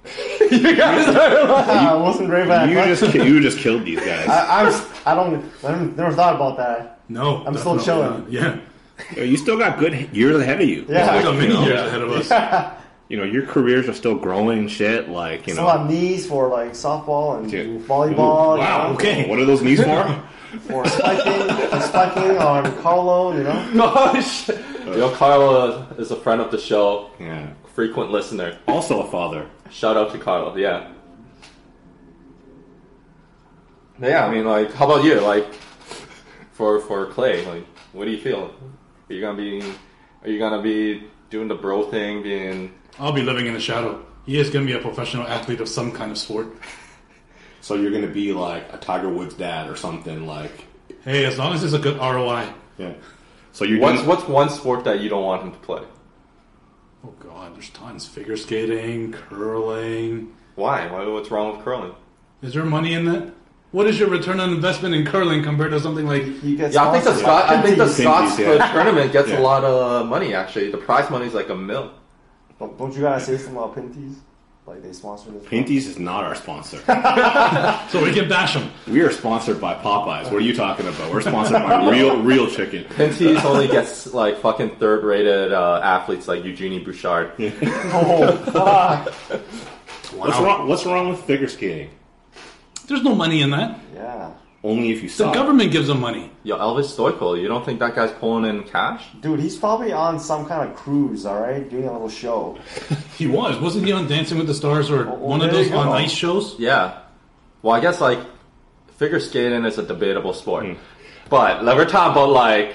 <laughs> you guys are like, <laughs> Ah, Wilson Grayback. you what? just ki- you just killed these guys. I, I'm. s- I don't. I don't- never thought about that. No, I'm still definitely chilling. not. Yeah, Yo, You still got good h- years ahead of you. Yeah. we got many Yeah. years ahead of us. You know your careers are still growing and shit. Like you Some know. have knees for like softball and Dude. Wow. volleyball. you know, Okay. What are those knees <laughs> for? Or spiking, or spiking on Carlo. You know. oh, shit. <laughs> Yo, Carl is a friend of the show, yeah. frequent listener. Also a father. Shout out to Carl, yeah. Yeah, I mean, like, how about you? Like, for for Clay, like, what do you feel? Are you gonna be, are you gonna be doing the bro thing, being I'll be living in the shadow. He is going to be a professional athlete of some kind of sport. So you're going to be like a Tiger Woods dad or something like. Hey, as long as it's a good ROI. Yeah. So you're what's doing- what's one sport that you don't want him to play? Oh God, there's tons: figure skating, curling. Why? Why- What's wrong with curling? Is there money in that? What is your return on investment in curling compared to something like? He gets Yeah, I think the sponsored. Scot- I think the Same Scots piece, yeah. tournament gets Yeah. a lot of money. Actually, the prize money is like a mil. Don't- Don't you guys say something about Pinties? Like they sponsor this. Pinties is not our sponsor. <laughs> So we can bash him. we are sponsored by Popeyes. What are you talking about? We're sponsored <laughs> by real, real chicken. Pinties only gets like fucking third rated uh, athletes like Eugenie Bouchard. <laughs> Oh, fuck. What's wrong? What's wrong with figure skating? There's no money in that. Yeah. Only if you The suck. government gives them money. Yo, Elvis Stoichkol, you don't think that guy's pulling in cash? Dude, he's probably on some kind of cruise, alright? Doing a little show. He was, wasn't he, on Dancing with the Stars or Well, one of Oh, there those you go. on ice shows? Yeah. Well, I guess like figure skating is a debatable sport, Hmm. but like, we're talking about like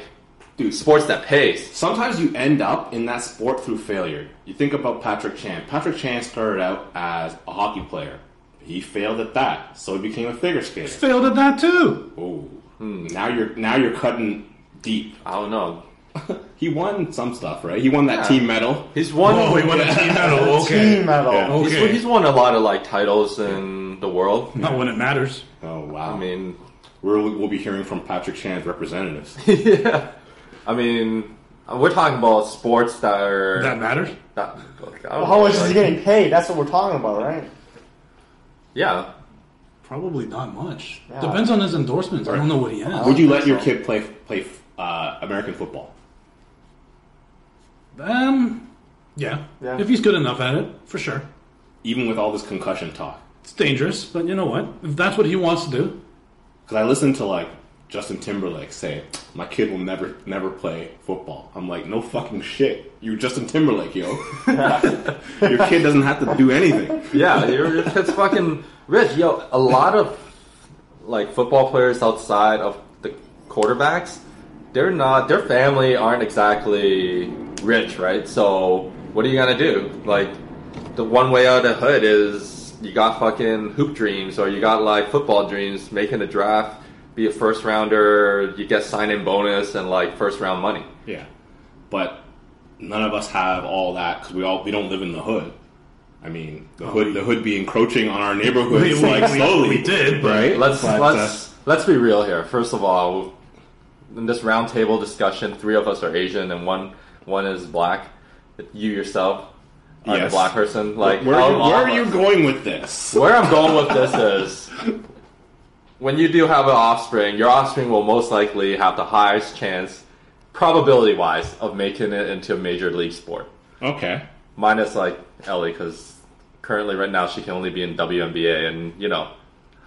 Dude, sports that pays. Sometimes you end up in that sport through failure. You think about Patrick Chan. Patrick Chan started out as a hockey player. He failed at that, so he became a figure skater. Failed at that too. Oh, Hmm. now you're now you're cutting deep. I don't know. He won some stuff, right? He won that team medal. He's won. Oh, he won a team medal. Okay, Team medal. Yeah. he's, okay. he's won a lot of like titles in the world. Not when it matters. Oh wow! I mean, <laughs> We're, we'll be hearing from Patrick Chan's representatives. yeah. I mean, we're talking about sports that are. That matters. that- I Well, don't How know, much is he like- getting paid? That's what we're talking about, right? Yeah. Probably not much. Yeah. Depends on his endorsements. I don't know what he has. Would you let your kid play play uh, American football? Um, yeah. Yeah. If he's good enough at it, for sure. even with all this concussion talk. It's dangerous, but you know what? If that's what he wants to do, Because I listened to like Justin Timberlake say, "My kid will never, never play football." I'm like, "No fucking shit, you Justin Timberlake, yo. <laughs> Your kid doesn't have to do anything." Yeah, you're, it's fucking rich. Yo, a lot of like football players outside of the quarterbacks, they're not. Their family aren't exactly rich, right? So what are you gonna do? Like, the one way out of the hood is you got fucking hoop dreams, or you got like football dreams, making a draft, be a first rounder, you get signing bonus and like first round money. Yeah, but none of us have all that because we all we don't live in the hood. I mean, the hood the hood be encroaching on our Oh, neighborhoods We- we- like we- slowly. we did, but- right? Let's But, let's let's be real here. First of all, in this roundtable discussion, three of us are Asian and one one is black. You yourself are Yes. a black person. Like where, out are of you, all where are of you us. going with this? Where I'm going with this is when you do have an offspring, your offspring will most likely have the highest chance, probability wise, of making it into a major league sport. Okay, Minus like Ellie, because currently right now she can only be in WNBA, and you know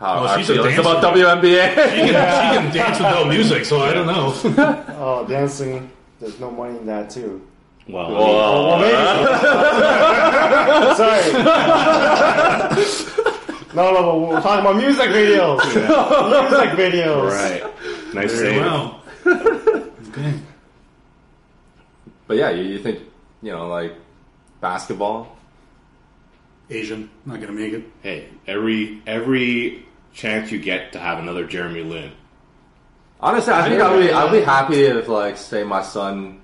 how Oh, our she's a feelings dancer. about <laughs> WNBA. he can, he can dance without music. So I don't know. <laughs> Oh, dancing. There's no money in that, <laughs> too. well, I mean, Well, Sorry. <laughs> no, no, but we're talking about music videos. <laughs> Music videos. right, nice Very save. well. Okay. but yeah, you, you think you know like basketball? Asian, not gonna make it. Hey, every every chance you get to have another Jeremy Lin. Honestly, I think I'll be I'll be happy if like say my son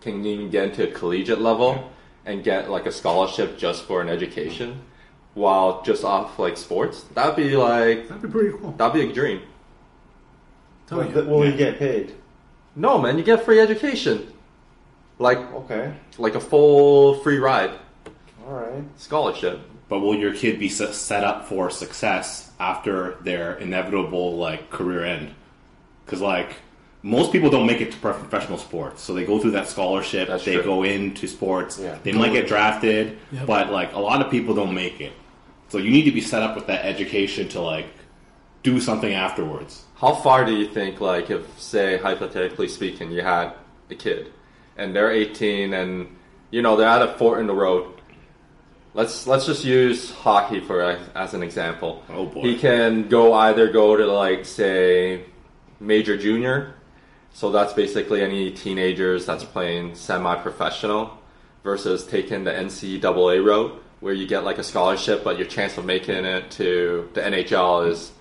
can even get into collegiate level and get like a scholarship just for an education, while just off like sports. That'd be like That'd be pretty cool. that'd be a dream. Tell But you. th- will he get paid? No man, you get free education, like Okay. like a full free ride Alright. scholarship. But will your kid be se- set up for success after their inevitable like career end? Because like most people don't make it to prof- professional sports, so they go through that scholarship. That's they true. go into sports. Yeah. They might get drafted, Yep. but like a lot of people don't make it. So you need to be set up with that education to like do something afterwards. How far do you think, like, if, say, hypothetically speaking, you had a kid and they're 18 and, you know, they're at a fort in the road? Let's let's just use hockey for a- as an example. Oh, boy. He can go either go to like say major junior, so that's basically any teenagers that's playing semi-professional, versus taking the NCAA route where you get like a scholarship, but your chance of making it to the NHL is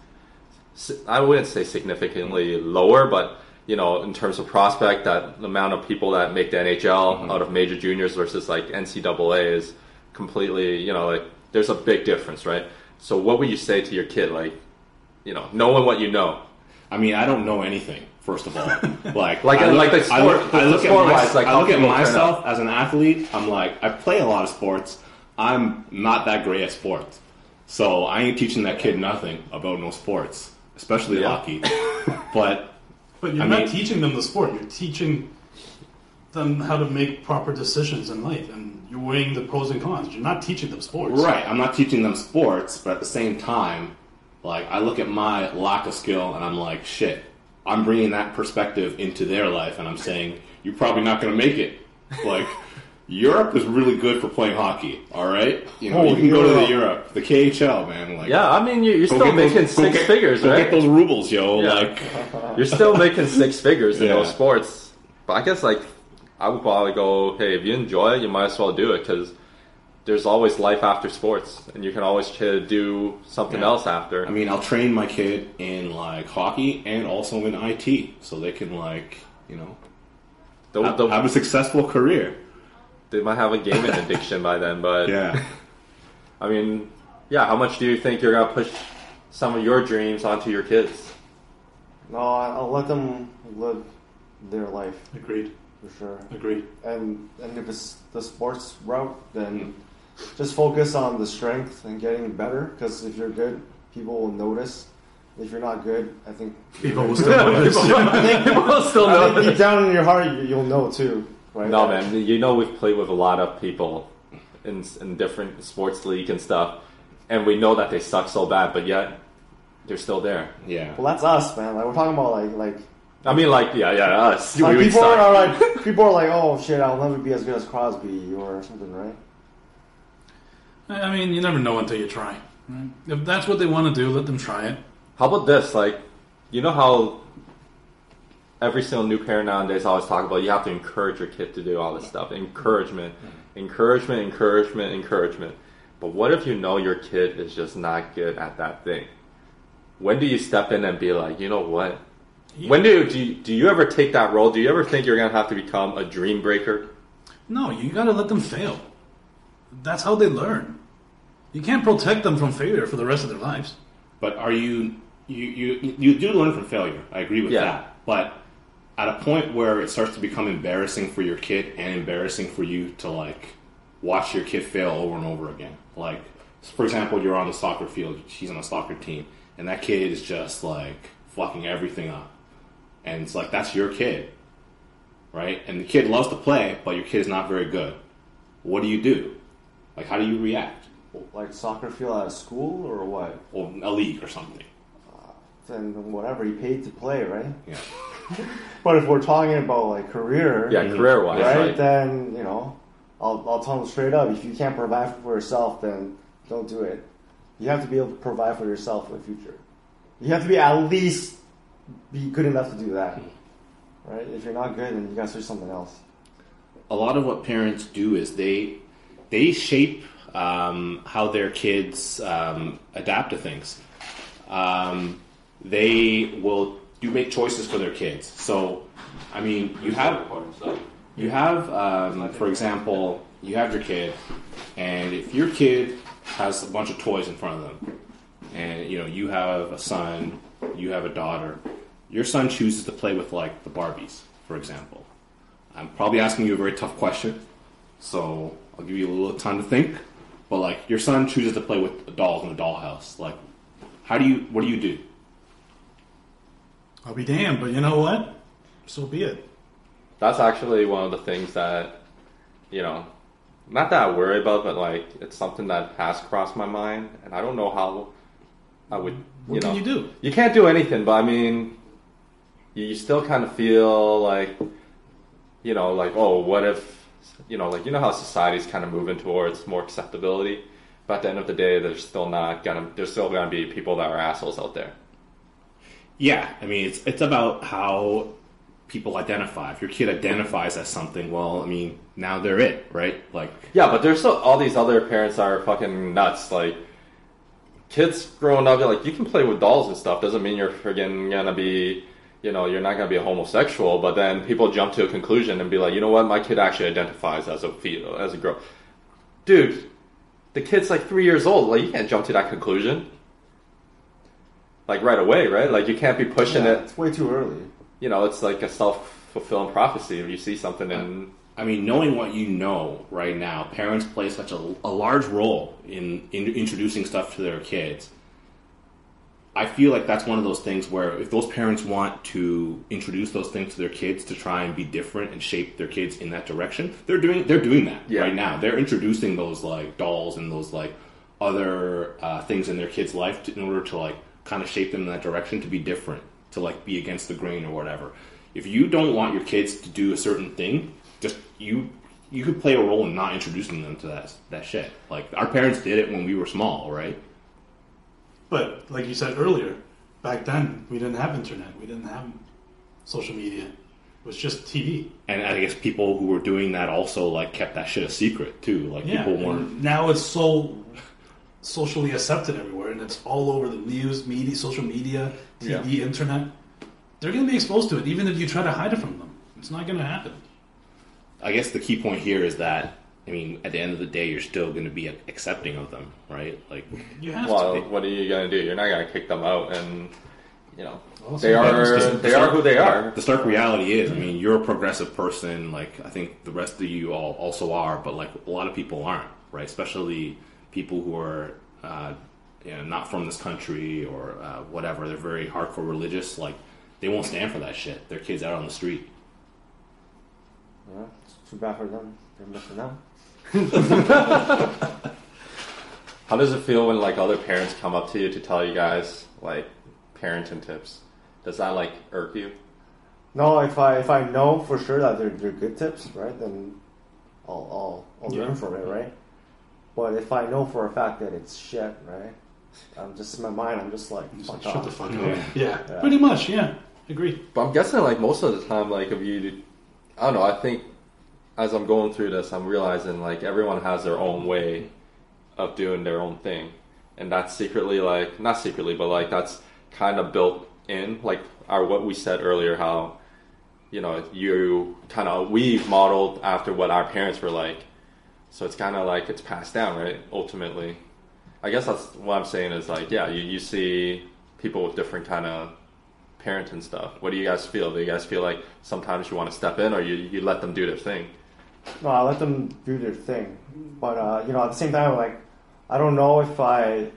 si- I wouldn't say significantly lower, but you know, in terms of prospect, that the amount of people that make the NHL out of major juniors versus like NCAA is completely, you know, like there's a big difference, right? So, what would you say to your kid, like, you know, knowing what you know, I mean, I don't know anything. <laughs> First of all, like Like- I like the I look, sport- I the look at sport my- wise, like, I how look at people turn myself as an athlete. I'm like I play a lot of sports. I'm not that great at sports, so I ain't teaching that kid nothing about no sports, especially Yeah. hockey. but But you're I not mean- teaching them the sport. You're teaching them how to make proper decisions in life, and you're weighing the pros and cons. You're not teaching them sports. Right. I'm not teaching them sports, but at the same time, like I look at my lack of skill and I'm like, shit. I'm bringing that perspective into their life, and I'm saying you're probably not going to make it. Like <laughs> Europe is really good for playing hockey. All right, you know Oh, you can go to the Europe. Europe, the KHL, man. Like Yeah, I mean, you're, you're go still get those- making go six get- figures, Go right? get those rubles, yo. Yeah. Like You're still making six figars in Yeah. those sports. But I guess, like, I would probably go, hey, if you enjoy it, you might as well do it because there's always life after sports and you can always ch- do something Yeah. else after. I mean, I'll train my kid in like hockey and also in IT, so they can like you know They'll- have, they'll- have a successful career. they might have a gaming addiction by then, but Yeah. I mean, yeah, how much do you think you're going to push some of your dreams onto your kids? <laughs> No, I- I'll let them live their life Agreed. for sure. Agreed. And and if it's the sports route, then just focus on the strength and getting better. Because if you're good, people will notice. If you're not good, <laughs> I think People will still notice. People still I know think deep down in your heart, you- you'll know too, right? No, man. You know we've played with a lot of people in in different sports league and stuff, and we know that they suck so bad, but yet they're still there. Yeah. Well, that's us, man. Like we're talking about, like like I mean, like yeah, yeah, us. We Like, would people suck. <laughs> are like, people are like, oh shit, I'll never be as good as Crosby or something, right? I mean, you never know until you try. right? If that's what they want to do, let them try it. How about this? Like, you know how every single new parent nowadays always talk about you have to encourage your kid to do all this stuff. Encouragement, encouragement, encouragement, encouragement. But what if you know your kid is just not good at that thing? When do you step in and be like, you know what? When do you, do you, do you ever take that role? Do you ever think you're gonna have to become a dream breaker? No, you gotta let them fail. That's how they learn. You can't protect them from failure for the rest of their lives. But are you you you you do learn from failure? I agree with Yeah. that. But at a point where it starts to become embarrassing for your kid and embarrassing for you to like watch your kid fail over and over again. Like for example, you're on the soccer field, she's on a soccer team, and that kid is just like fucking everything up. And it's like that's your kid. Right? And the kid loves to play, but your kid is not very good. What do you do? Like how do you react? Like soccer field at a school or what? Or a league or something. Then whatever he paid to play, right? Yeah. But if we're talking about like career, Yeah, career wise, right, right? Then you know, I'll I'll tell him straight up: if you can't provide for yourself, then don't do it. You have to be able to provide for yourself in the future. You have to be at least be good enough to do that, right? If you're not good, then you got to do something else. a lot of what parents do is they they shape um, how their kids um, adapt to things. Um, they will do make choices for their kids. So, I mean, you have you have, um, for example, you have your kid, and if your kid has a bunch of toys in front of them, and you know you have a son, you have a daughter, your son chooses to play with like the Barbies, for example. I'm probably asking you a very tough question, so I'll give you a little time to think. But like, your son chooses to play with dolls in a dollhouse. Like, how do you? What do you do? I'll be damned, but you know what? So be it. That's actually one of the things that, you know, not that I worry about, but like it's something that has crossed my mind, and I don't know how I would. You What know, can you do? You can't do anything, but I mean, you, you still kind of feel like, you know, like oh, what if, you know, like you know how society's kind of moving towards more acceptability, but at the end of the day, there's still not gonna, there's still gonna be people that are assholes out there. Yeah, I mean, it's it's about how people identify. If your kid identifies as something, well, I mean, now they're it, right? Like, Yeah, but there's still all these other parents that are fucking nuts. Like kids growing up, like you can play with dolls and stuff. Doesn't mean you're friggin' gonna be, you know, you're not gonna be a homosexual. But then people jump to a conclusion and be like, you know what, my kid actually identifies as a fetal, as a girl. Dude, the kid's like three years old. Like you can't jump to that conclusion. Like right away, right? Like you can't be pushing Yeah, it. it's way too early. You know, it's like a self fulfilling prophecy. If you see something and I mean, knowing what you know right now, parents play such a, a large role in, in introducing stuff to their kids. I feel like that's one of those things where if those parents want to introduce those things to their kids to try and be different and shape their kids in that direction, they're doing they're doing that Yeah. right now. They're introducing those like dolls and those like other uh, things in their kids' life to, in order to like kind of shape them in that direction to be different, to like be against the grain or whatever. If you don't want your kids to do a certain thing, just you you could play a role in not introducing them to that that shit. Like our parents did it when we were small, right? But like you said earlier, back then we didn't have internet, we didn't have social media. It was just TV. and I guess people who were doing that also like kept that shit a secret too. Like Yeah. people weren't. and Now it's so socially accepted everywhere, and it's all over the news, media, social media, TV, internet. They're going to be exposed to it, even if you try to hide it from them. It's not going to happen. I guess the key point here is that I mean, at the end of the day, you're still going to be accepting of them, right? Like, You have Well, to. Be. what are you gonna do? You're not gonna kick them out, and you know Well, they sometimes are the- they are who they are. the stark reality is, I mean, you're a progressive person. Like, I think the rest of you all also are, but like a lot of people aren't, right? Especially people who are. Uh, you know, not from this country or uh, whatever. They're very hardcore religious. Like, they won't stand for that shit. Their kids out on the street. Yeah, it's too bad for them. They're missing out. How does it feel when like other parents come up to you to tell you guys like parenting tips? Does that like irk you? No, if I if I know for sure that they're they're good tips, right? Then I'll I'll, I'll learn from it, right? But if I know for a fact that it's shit, right? I'm just in my mind. I'm just like fuck Shut off. the fuck up. Yeah. Yeah. pretty much. Yeah, agree. But I'm guessing like most of the time, like if you, I don't know. I think as I'm going through this, I'm realizing like everyone has their own way of doing their own thing, and that's secretly like not secretly, but like that's kind of built in. Like our what we said earlier, how you know you kind of we modeled after what our parents were like, so it's kind of like it's passed down, right? Ultimately, I guess that's what I'm saying is like yeah, you you see people with different kind of parent and stuff. What do you guys feel? Do you guys feel like sometimes you want to step in or you, you let them do their thing? No, I let them do their thing, but uh, you know, at the same time, like I don't know if I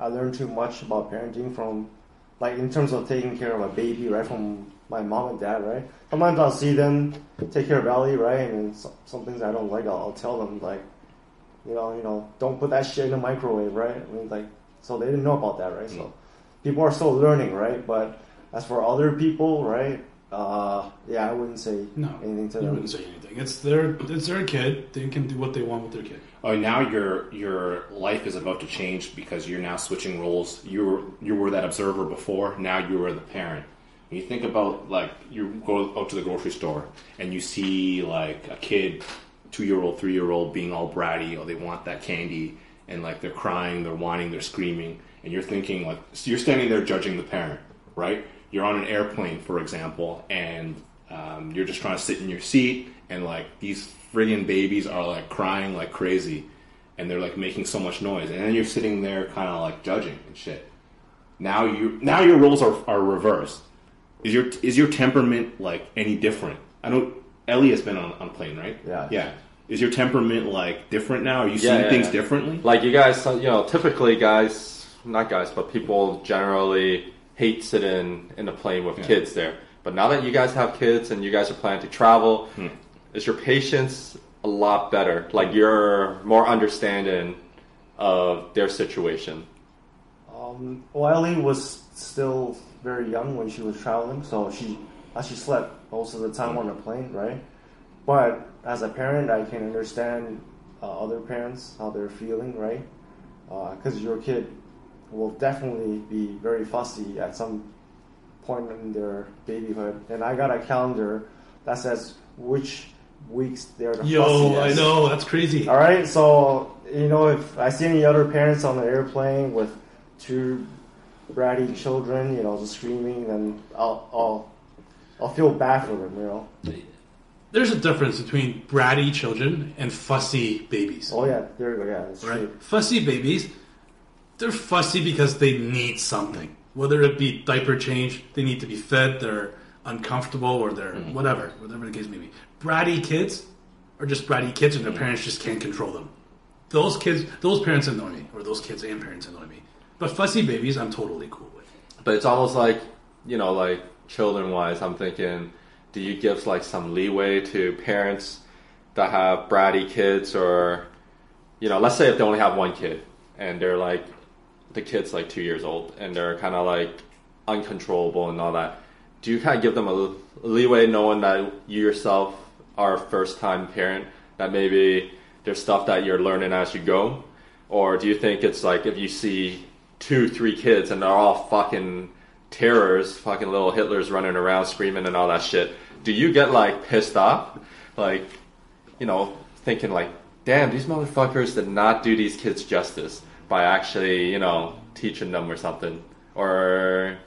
I learned too much about parenting from like in terms of taking care of a baby, right? From my mom and dad, right? Sometimes I'll see them take care of Ellie, right? And then some, some things I don't like, I'll, I'll tell them like, you know, you know, don't put that shit in the microwave, right? I mean, like, so they didn't know about that, right? So people are still learning, right? But as for other people, right? Uh, yeah, I wouldn't say No, anything to you them. wouldn't say anything. It's their it's their kid. They can do what they want with their kid. Oh, now your your life is about to change because you're now switching roles. You were you were that observer before. Now you are the parent. When you think about like you go out to the grocery store and you see like a kid, two year old, three year old, being all bratty. Oh, they want that candy, and like they're crying, they're whining, they're screaming, and you're thinking like so you're standing there judging the parent, right? You're on an airplane, for example, and um, you're just trying to sit in your seat and like these friggin' babies are like crying like crazy and they're like making so much noise and then you're sitting there kind of like judging and shit now you now your roles are, are reversed is your is your temperament like any different i don't ellie has been on, on a plane right Yeah. yeah is your temperament like different now are you Yeah, seeing yeah, things yeah. differently Like you guys, you know, typically guys, not guys, but people generally hate sitting in the plane with kids there. But now that you guys have kids and you guys are planning to travel, is your patience a lot better? Like you're more understanding of their situation. Um, well, Ellie was still very young when she was traveling, so she actually slept most of the time on the plane, right? But as a parent, I can understand uh, other parents how they're feeling, right? Uh, Because your kid will definitely be very fussy at some point in their babyhood, and I got a calendar that says which weeks they're the Yo, I fussiest. know that's crazy. All right, so you know if I see any other parents on the airplane with two bratty children, you know, just screaming, then I'll I'll I'll feel bad for them, you know. There's a difference between bratty children and fussy babies. Oh yeah, there you go. Yeah, that's Right? true. Fussy babies, they're fussy because they need something. Whether it be diaper change, they need to be fed, they're uncomfortable, or they're Mm-hmm. whatever, whatever the case may be. Bratty kids are just bratty kids, and their Mm-hmm. parents just can't control them. Those kids, those parents annoy me, or those kids and parents annoy me. But fussy babies, I'm totally cool with. But it's almost like, you know, like children wise, I'm thinking, do you give like some leeway to parents that have bratty kids or, you know, let's say if they only have one kid and they're like, the kid's like two years old and they're kind of like uncontrollable and all that. Do you kind of give them a l- leeway knowing that you yourself are a first time parent, that maybe there's stuff that you're learning as you go? Or do you think it's like if you see two, three kids and they're all fucking terrors, fucking little Hitlers running around screaming and all that shit, do you get like pissed off? Like, you know, thinking like, damn, these motherfuckers did not do these kids justice by actually, you know, teaching them or something. Or,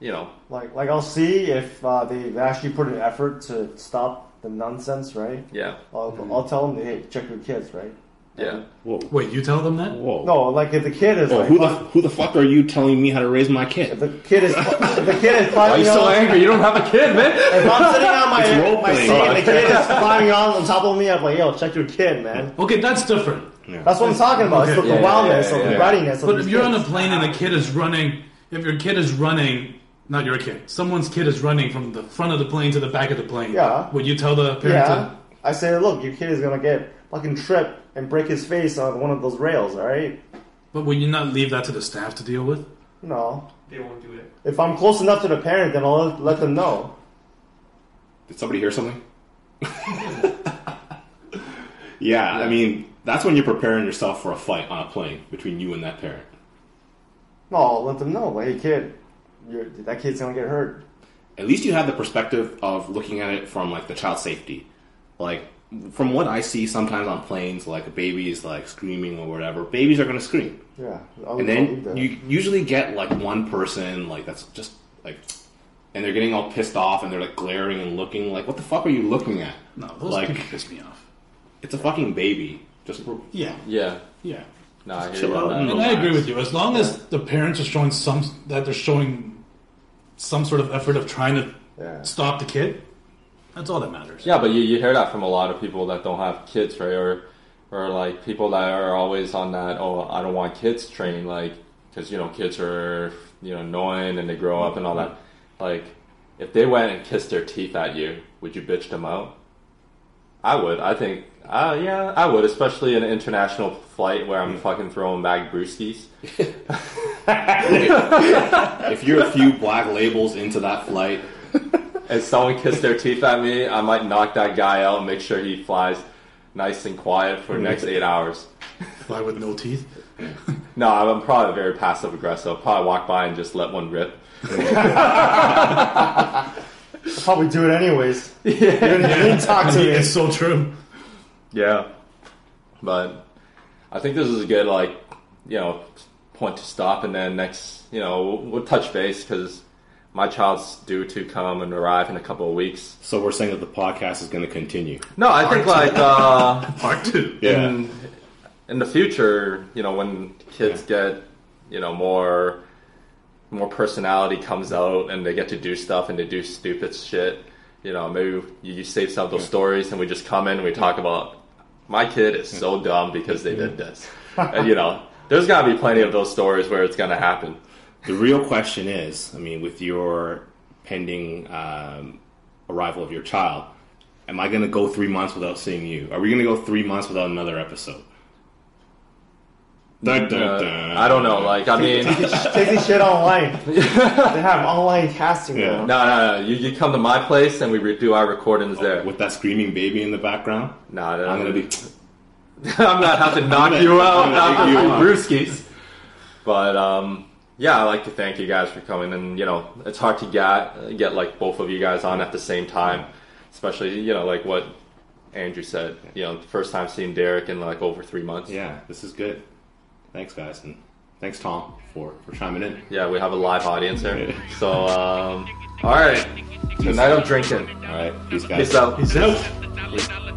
you know, Like like I'll see if uh, they've actually put an effort to stop the nonsense, right? yeah. I'll, I'll tell them, hey, check your kids, right? Yeah. Whoa. Wait, you tell them that? Whoa. No, like if the kid is Whoa, like, Oh, who, the, fuck- who the fuck are you telling me how to raise my if kid? the kid is, if the kid is Why are climbing you so on, angry? You don't have a kid, man. if I'm sitting on It's my role my playing. seat and the kid is climbing on on top of me, I'm like, yo, check your kid, man. Okay, that's different. That's what I'm talking about. It's Okay. the, Yeah, the yeah, wildness yeah, yeah. of the brattiness of But these if you're on kids. a plane and a kid is running, if your kid is running, not your kid, someone's kid is running from the front of the plane to the back of the plane, Yeah. would you tell the parent Yeah. I say, look, your kid is gonna get fucking trip and break his face on one of those rails, alright? to? But would you not leave that to the staff to deal with? No. They won't do it. If I'm close enough to the parent, then I'll let them know. Did somebody hear something? yeah, I mean, that's when you're preparing yourself for a fight on a plane between you and that parent. No, I'll let them know. Like, hey, kid, you're, that kid's gonna get hurt. at least you have the perspective of looking at it from like the child safety. Like from what I see sometimes on planes, like a baby is like screaming or whatever. Babies are gonna scream, Yeah. I'll, and I'll then leave that. you usually get like one person like that's just like, and they're getting all pissed off and they're like glaring and looking like, what the fuck are you looking at? No, those like people piss me off. it's a fucking baby. Just Yeah, Yeah. yeah. No, I hear Chill you out on and that. And I agree with you. As long as the parents are showing some that they're showing some sort of effort of trying to <laughs> Yeah. stop the kid, that's all that matters. Yeah, but you, you hear that from a lot of people that don't have kids, right? Or, or like people that are always on that, oh, I don't want kids train, like, because, you know, kids are, you know, annoying and they grow up and all that. Like, if they went and kissed their teeth at you, would you bitch them out? I would. I think, uh, yeah, I would, especially in an international flight where I'm fucking throwing back brewskis. if you're a few black labels into that flight, If someone kissed their teeth at me, I might knock that guy out, make sure he flies nice and quiet for the next eight hours. Fly with no teeth. No, I'm I'm probably very passive aggressive. I'll probably walk by and just let one rip. I'll probably do it <laughs> anyways. You're gonna you didn't talk to me. It's so true. Yeah. But I think this is a good, like, you know, point to stop. And then next, you know, we'll, we'll touch base because my child's due to come and arrive in a couple of weeks. so we're saying that the podcast is going to continue. No, I think, like, uh, Part two. Yeah, in, in the future, you know, when kids get, you know, more more personality comes out and they get to do stuff and they do stupid shit, you know, maybe you, you save some of those stories and we just come in and we talk about my kid is so dumb because they did this. and, you know, there's got to be plenty of those stories where it's going to happen. The real question is, I mean, with your pending um, arrival of your child, am I going to go three months without seeing you? Are we going to go three months without another episode? Dun, dun, Uh, dun. I don't know. Like, I <laughs> mean, Take this shit online. they have online casting Yeah. no, now. no, no. You, you come to my place and we re- do our recordings there. with that screaming baby in the background. Nah, that- Oh, I'm going to be. <laughs> I'm not have to knock gonna- you I'm out gonna after knock you you out. brewskis. But um, yeah, I'd like to thank you guys for coming. And you know, it's hard to get get like both of you guys on at the same time, especially you know like what Andrew said. You know, first time seeing Derek in like over three months. Yeah, this is good. Thanks, guys, and thanks, Tom, for for chiming in. Yeah, we have a live audience here. So, um, all right, tonight I'm drinking. All right, peace, guys. Peace out. He's out. Dollar, dollar, dollar.